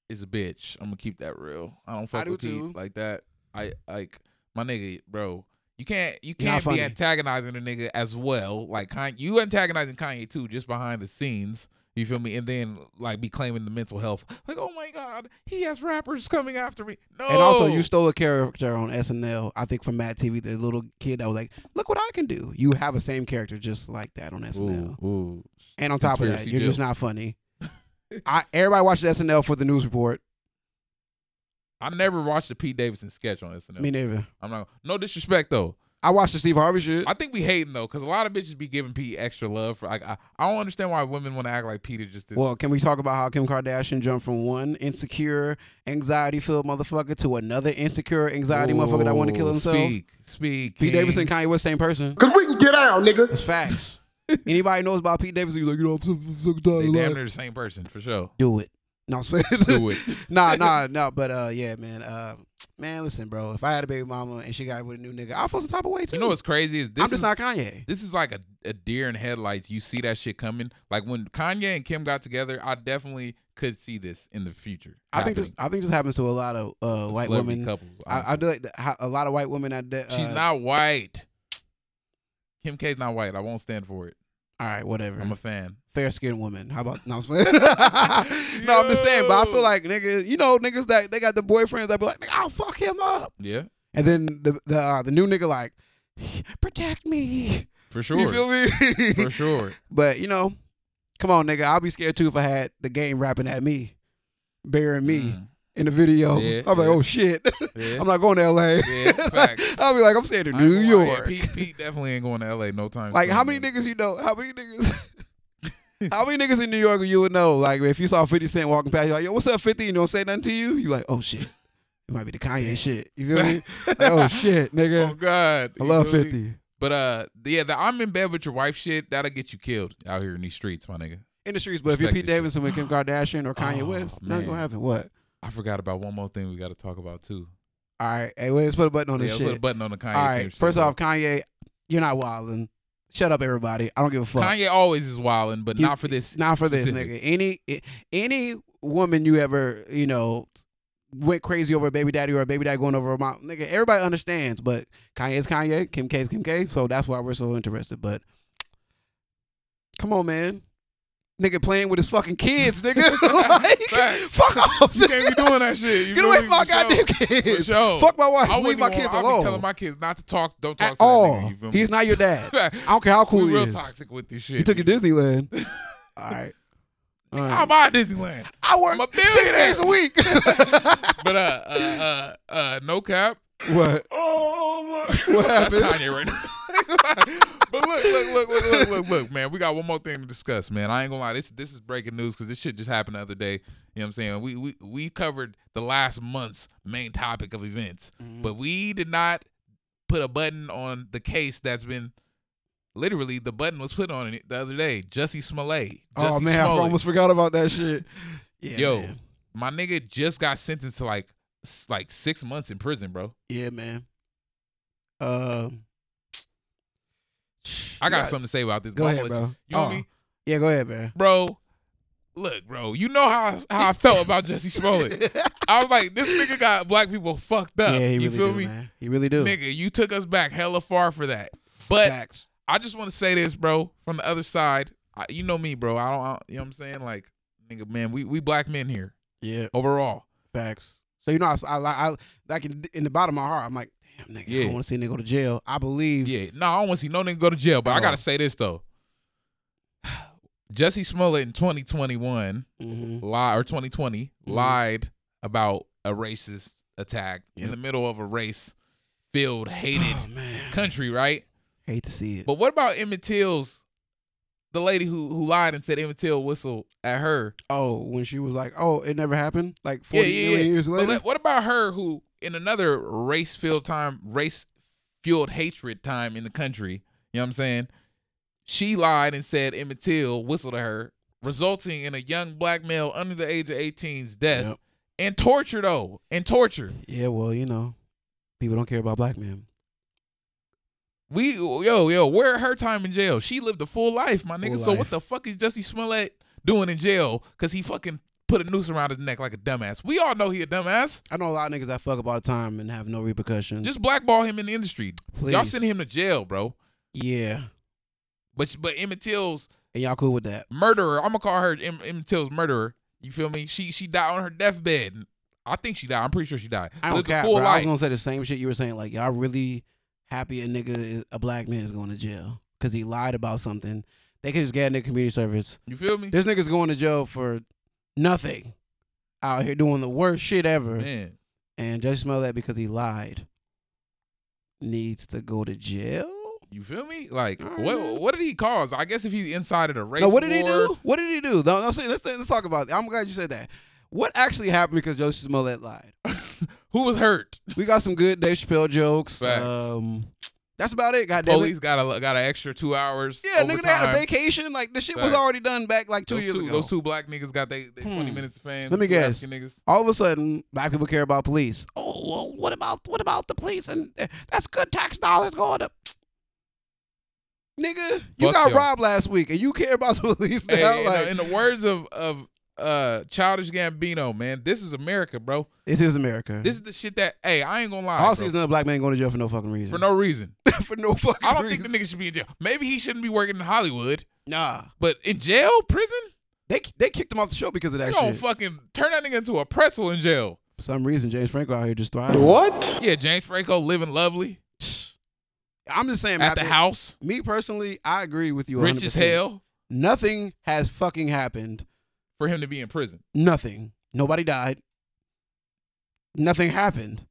Speaker 1: is a bitch. I'm gonna keep that real. I don't fuck
Speaker 2: I do
Speaker 1: with Pete
Speaker 2: too.
Speaker 1: like that. I like my nigga, bro. You can't you
Speaker 2: You're
Speaker 1: can't
Speaker 2: not
Speaker 1: be
Speaker 2: funny.
Speaker 1: antagonizing a nigga as well. Like Kanye, you antagonizing Kanye too, just behind the scenes. You feel me? And then like be claiming the mental health. Like, oh my God, he has rappers coming after me. No.
Speaker 2: and also, you stole a character on SNL. I think from Matt TV, the little kid that was like, "Look what I can do." You have the same character just like that on SNL.
Speaker 1: Ooh, ooh.
Speaker 2: And on top of that,
Speaker 1: Conspiracy
Speaker 2: you're just
Speaker 1: deal.
Speaker 2: not funny. I everybody watches SNL for the news report.
Speaker 1: I never watched the Pete Davidson sketch on SNL.
Speaker 2: Me neither.
Speaker 1: I'm not. No disrespect though.
Speaker 2: I watched the Steve Harvey shit.
Speaker 1: I think we hating though, because a lot of bitches be giving Pete extra love for like I, I don't understand why women want to act like Peter just this
Speaker 2: Well, can we talk about how Kim Kardashian jumped from one insecure, anxiety-filled motherfucker to another insecure, anxiety motherfucker that want to kill
Speaker 1: Ooh,
Speaker 2: himself?
Speaker 1: Speak, speak.
Speaker 2: Pete
Speaker 1: King.
Speaker 2: Davidson, Kanye West, same person.
Speaker 4: Cause we can get down, nigga.
Speaker 2: It's facts. Anybody knows about Pete Davidson? You like, you know, I'm so, so so
Speaker 1: They
Speaker 2: tired.
Speaker 1: damn
Speaker 2: of life.
Speaker 1: near the same person for sure.
Speaker 2: Do it. No, I'm just-
Speaker 1: Do it.
Speaker 2: nah, nah, no. But uh, yeah, man. Uh, man, listen, bro. If I had a baby mama and she got with a new nigga, I feel some type of way too.
Speaker 1: you know what's crazy is this
Speaker 2: I'm just
Speaker 1: is
Speaker 2: not Kanye.
Speaker 1: this is like a, a deer in headlights. You see that shit coming. Like when Kanye and Kim got together, I definitely could see this in the future.
Speaker 2: I think this.
Speaker 1: happening.
Speaker 2: I think this happens to a lot of uh, white
Speaker 1: Celebrity
Speaker 2: women.
Speaker 1: couples.
Speaker 2: I, I do like the, how, a lot of white women. That, that, uh,
Speaker 1: She's not white. Kim K's not white. I won't stand for it.
Speaker 2: All right, whatever.
Speaker 1: I'm a fan.
Speaker 2: fair skinned woman. How about no? I'm just playing. no, I'm just saying. But I
Speaker 1: Yo.
Speaker 2: feel like niggas, you know, niggas that they got the boyfriends that be like, nigga, I'll fuck him up,
Speaker 1: Yeah,
Speaker 2: and then the the uh, the new nigga like, protect me.
Speaker 1: for sure.
Speaker 2: You feel me?
Speaker 1: for sure.
Speaker 2: but you know, come on, nigga, I'll be scared too if I had the game rapping at me, burying me.
Speaker 1: Mm.
Speaker 2: In the video,
Speaker 1: Yeah,
Speaker 2: I'm like,
Speaker 1: yeah.
Speaker 2: oh shit,
Speaker 1: Mm. Yeah.
Speaker 2: I'm not going to LA.
Speaker 1: Yeah, facts.
Speaker 2: I'll be like, I'm staying in
Speaker 1: I ain't
Speaker 2: New
Speaker 1: gonna lie, yeah,
Speaker 2: York.
Speaker 1: Pete, Pete definitely ain't going to LA no time.
Speaker 2: Like
Speaker 1: soon,
Speaker 2: how many
Speaker 1: man.
Speaker 2: niggas you know? How many niggas? how many niggas in New York you would know? Like if you saw Fifty Cent walking past, you like, yo, what's up, Fifty? And don't say nothing to you. You like, oh shit, it might be the Kanye shit. You feel me? Like, oh shit,
Speaker 1: Oh
Speaker 2: nigga,
Speaker 1: God,
Speaker 2: I
Speaker 1: You
Speaker 2: love
Speaker 1: feel me?
Speaker 2: Fifty.
Speaker 1: But uh, yeah, the I'm in bed with your wife shit that'll get you killed out here in these streets, my nigga.
Speaker 2: In the streets, but if you're
Speaker 1: Respect
Speaker 2: Pete
Speaker 1: this shit.
Speaker 2: Davidson with Kim Kardashian or Kanye
Speaker 1: Oh,
Speaker 2: West, nothing
Speaker 1: man.
Speaker 2: gonna happen. What?
Speaker 1: I forgot about one more thing we got to talk about too.
Speaker 2: All right, hey, wait, let's put a button on
Speaker 1: yeah,
Speaker 2: this
Speaker 1: put a
Speaker 2: shit.
Speaker 1: button on the Kanye.
Speaker 2: All
Speaker 1: Kim
Speaker 2: right,
Speaker 1: shit,
Speaker 2: first
Speaker 1: bro.
Speaker 2: off, Kanye, you're not wilding. Shut up, everybody. I don't give a fuck.
Speaker 1: Kanye always is wilding, but
Speaker 2: He's-
Speaker 1: not for this.
Speaker 2: Not for this, nigga.
Speaker 1: specific.
Speaker 2: Any any woman you ever, you know, went crazy over a baby daddy or a baby dad going over a mom, nigga, everybody understands, but Kanye's Kanye, Kim K's Kim K, so that's why we're so interested. But come on, man. Nigga playing with his fucking kids, nigga. like,
Speaker 1: Facts.
Speaker 2: fuck off.
Speaker 1: You can't
Speaker 2: nigga.
Speaker 1: be doing that shit. You
Speaker 2: Get
Speaker 1: feel
Speaker 2: away
Speaker 1: me?
Speaker 2: from my
Speaker 1: For sure.
Speaker 2: goddamn
Speaker 1: For
Speaker 2: kids.
Speaker 1: sure.
Speaker 2: Fuck my wife.
Speaker 1: I
Speaker 2: Leave
Speaker 1: wouldn't
Speaker 2: my
Speaker 1: even
Speaker 2: kids
Speaker 1: want- I be telling
Speaker 2: alone.
Speaker 1: my kids not to talk. Don't talk
Speaker 2: At
Speaker 1: to
Speaker 2: all.
Speaker 1: That nigga, you feel me?
Speaker 2: He's not your dad. I don't care how cool
Speaker 1: we
Speaker 2: he
Speaker 1: real
Speaker 2: is.
Speaker 1: toxic with this shit.
Speaker 2: You took you
Speaker 1: nigga.
Speaker 2: to Disneyland. all right. All right.
Speaker 1: I'm out of Disneyland.
Speaker 2: I work
Speaker 1: I'm a
Speaker 2: six
Speaker 1: billionaire.
Speaker 2: days a week.
Speaker 1: But uh, uh, uh, uh, no cap.
Speaker 2: what? What
Speaker 1: That's
Speaker 2: happened?
Speaker 1: Kanye right now. but look, look, look, look, look, look, look, man. We got one more thing to discuss, man. I ain't gonna lie. This this is breaking news because this shit just happened the other day. You know what I'm saying? We we we covered the last month's main topic of events,
Speaker 2: Mm.
Speaker 1: but we did not put a button on the case that's been literally the button was put on it the other day. Jussie Smollett.
Speaker 2: oh
Speaker 1: Jussie
Speaker 2: man, I
Speaker 1: Smollett.
Speaker 2: almost forgot about that shit. Yeah,
Speaker 1: Yo,
Speaker 2: man.
Speaker 1: my nigga just got sentenced to like s- like six months in prison, bro.
Speaker 2: yeah, man. Um,
Speaker 1: I got
Speaker 2: yeah,
Speaker 1: something to say about this.
Speaker 2: Go
Speaker 1: but I'm
Speaker 2: ahead,
Speaker 1: gonna let
Speaker 2: bro.
Speaker 1: You, you know
Speaker 2: Oh,
Speaker 1: me?
Speaker 2: Yeah, go ahead, man.
Speaker 1: bro. Look, bro, you know how how I felt about Jesse Smollett. I was like, this nigga got black people fucked up.
Speaker 2: yeah, he
Speaker 1: you
Speaker 2: really
Speaker 1: feel
Speaker 2: do,
Speaker 1: me,
Speaker 2: man. He really do.
Speaker 1: nigga? You took us back hella far for that. But
Speaker 2: Facts.
Speaker 1: I just want to say this, bro, from the other side. I, you know me, bro. I don't. I, you know what I'm saying? Like, nigga, man, we we black men here
Speaker 2: Yeah,
Speaker 1: overall.
Speaker 2: facts. So you know, I, I, I like in, in the bottom of my heart, I'm like, damn, nigga, I
Speaker 1: Yeah.
Speaker 2: don't want to see a nigga go to jail. I believe.
Speaker 1: Yeah. No, I don't want to see no nigga go to jail. But I
Speaker 2: Oh.
Speaker 1: gotta say this though. Jesse Smollett in 2021
Speaker 2: hmm
Speaker 1: lie or 2020
Speaker 2: Mhm.
Speaker 1: lied about a racist attack in
Speaker 2: Yep.
Speaker 1: the middle of a race filled hated
Speaker 2: Oh man,
Speaker 1: country, right?
Speaker 2: hate to see it.
Speaker 1: But what about Emmett Till's the lady who who lied and said Emmett Till whistled at her?
Speaker 2: oh, when she was like, oh, it never happened. Like
Speaker 1: Yeah,
Speaker 2: 40
Speaker 1: yeah,
Speaker 2: million
Speaker 1: yeah.
Speaker 2: years
Speaker 1: But
Speaker 2: later.
Speaker 1: let- what about her who in another race filled time race fueled hatred time in the country, you know what I'm saying? She lied and said Emmett Till whistled at her, resulting in a young black male under the age of 18's death
Speaker 2: Yep.
Speaker 1: and torture though, and torture.
Speaker 2: Yeah, well, you know, people don't care about black men.
Speaker 1: We yo yo, where her time in jail? She lived a full life, my nigga.
Speaker 2: Full
Speaker 1: so
Speaker 2: life.
Speaker 1: what the fuck is Jussie Smollett doing in jail? Cause he fucking put a noose around his neck like a dumbass. We all know he a dumbass.
Speaker 2: I know a lot of niggas that fuck up all the time and have no repercussions.
Speaker 1: Just blackball him in the industry.
Speaker 2: please,
Speaker 1: Y'all send him to jail, bro.
Speaker 2: Yeah,
Speaker 1: But but Emmett Till's
Speaker 2: and y'all cool with that?
Speaker 1: murderer. I'm gonna call her em- Emmett Till's murderer. You feel me? She she died on her deathbed. I think she died. I'm pretty sure she died.
Speaker 2: I don't
Speaker 1: Lived a
Speaker 2: care.
Speaker 1: full
Speaker 2: I was
Speaker 1: life.
Speaker 2: gonna say the same shit you were saying. Like y'all really happy a nigga, is, a black man is going to jail because he lied about something. They could just get a nigga community service.
Speaker 1: You feel me?
Speaker 2: This nigga's going to jail for nothing. Out here doing the worst shit ever,
Speaker 1: Man,
Speaker 2: and Judge Smollett because he lied needs to go to jail.
Speaker 1: you feel me? Like
Speaker 2: All right, man.
Speaker 1: what what did he cause? I guess if he incited a race.
Speaker 2: No, Mm-hmm. what did he
Speaker 1: war-
Speaker 2: do? What did he do? No, no. See, let's let's talk about it. I'm glad you said that. What actually happened because Judge Smollett lied?
Speaker 1: Who was hurt?
Speaker 2: We got some good Dave Chappelle jokes.
Speaker 1: Facts.
Speaker 2: Um, that's about it. God damn it.
Speaker 1: Police got a got an extra two hours.
Speaker 2: Yeah, nigga, they had a
Speaker 1: overtime.
Speaker 2: vacation. Like the shit was
Speaker 1: Facts.
Speaker 2: already done back like two
Speaker 1: those
Speaker 2: years
Speaker 1: two,
Speaker 2: ago.
Speaker 1: Those two black niggas got they, they twenty
Speaker 2: Hmm.
Speaker 1: minutes of fame.
Speaker 2: Let me
Speaker 1: Two
Speaker 2: guess.
Speaker 1: African Niggas.
Speaker 2: All of a sudden, black people care about police. Oh well, what about what about the police? And uh, that's good tax dollars going to. Nigga, you
Speaker 1: Fuck
Speaker 2: got
Speaker 1: them.
Speaker 2: robbed last week, and you care about the police now.
Speaker 1: Hey, in the-
Speaker 2: like,
Speaker 1: in, the, words of of uh childish Gambino, man, this is America, bro.
Speaker 2: this is America.
Speaker 1: This is the shit that hey, I ain't gonna lie.
Speaker 2: all
Speaker 1: bro,
Speaker 2: I see is another black man going to jail for no fucking reason.
Speaker 1: for no reason.
Speaker 2: for no fucking.
Speaker 1: I don't
Speaker 2: reason.
Speaker 1: think the nigga should be in jail. Maybe he shouldn't be working in Hollywood,
Speaker 2: nah,
Speaker 1: but in jail, prison,
Speaker 2: they they kicked him off the show because of
Speaker 1: they
Speaker 2: that
Speaker 1: gonna
Speaker 2: shit.
Speaker 1: fucking turn that nigga into a pretzel in jail.
Speaker 2: for some reason, James Franco out here just thriving.
Speaker 3: What?
Speaker 1: Yeah, James Franco living lovely
Speaker 2: I'm just saying.
Speaker 1: at
Speaker 2: I
Speaker 1: the
Speaker 2: think-
Speaker 1: house,
Speaker 2: Me personally, I agree with you.
Speaker 1: rich as
Speaker 2: 100%.
Speaker 1: hell.
Speaker 2: Nothing has fucking happened.
Speaker 1: For him to be in prison,
Speaker 2: Nothing. Nobody died. Nothing happened.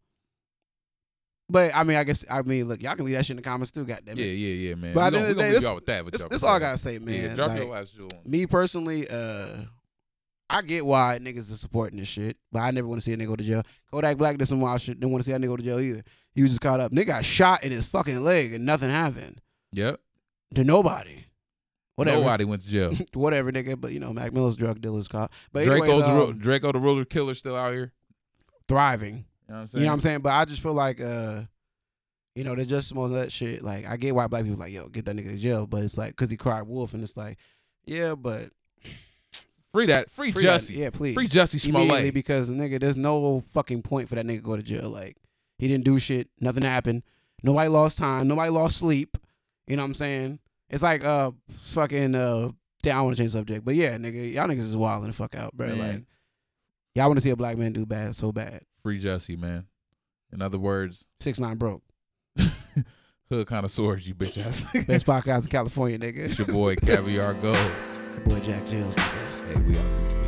Speaker 2: But I mean, I guess I mean, look, y'all can leave that shit in the comments too. Goddamn
Speaker 1: yeah,
Speaker 2: it.
Speaker 1: yeah, yeah, man.
Speaker 2: But
Speaker 1: we
Speaker 2: at
Speaker 1: gonna,
Speaker 2: the end of
Speaker 1: we
Speaker 2: the day,
Speaker 1: gonna
Speaker 2: this-
Speaker 1: leave y'all with that. But
Speaker 2: This,
Speaker 1: y'all-
Speaker 2: this all I gotta say, man.
Speaker 1: Yeah, drop
Speaker 2: Like,
Speaker 1: your last jewel. on.
Speaker 2: me personally, uh, I get why niggas are supporting this shit, but I never want to see a nigga go to jail. Kodak Black did some wild shit. Didn't want to see that nigga go to jail either. He was just caught up. Nigga got shot in his fucking leg and nothing happened
Speaker 1: Yep.
Speaker 2: to nobody. Whatever.
Speaker 1: Nobody went to jail.
Speaker 2: Whatever, nigga. But you know, Mac Miller's drug dealer's caught. But anyways,
Speaker 1: Draco's
Speaker 2: um,
Speaker 1: ru- Draco the ruler killer still out here.
Speaker 2: thriving.
Speaker 1: You know what I'm
Speaker 2: You
Speaker 1: saying?
Speaker 2: know what I'm saying? But I just feel like uh you know, they're just some of that shit. Like I get why black people like, yo, get that nigga to jail, but it's like cause he cried wolf and it's like, yeah, but
Speaker 1: free that. Free,
Speaker 2: free that-
Speaker 1: Jussie.
Speaker 2: yeah, please.
Speaker 1: Free Jussie
Speaker 2: Immediately
Speaker 1: Smollett.
Speaker 2: because nigga, there's no fucking point for that nigga to go to jail. Like he didn't do shit, nothing happened. Nobody lost time, nobody lost sleep. You know what I'm saying? It's like uh fucking uh damn, I wanna change the subject. But yeah, nigga, y'all niggas is wilding the fuck out, bro.
Speaker 1: Man.
Speaker 2: Like y'all wanna see a black man do bad so bad.
Speaker 1: Free Jussie, man. In other words,
Speaker 2: Six nine broke.
Speaker 1: hood connoisseurs, you bitch ass.
Speaker 2: Best podcast in California, nigga.
Speaker 1: it's your boy Caviar Gold.
Speaker 2: Your boy Jack Jills, nigga.
Speaker 1: Hey, we out.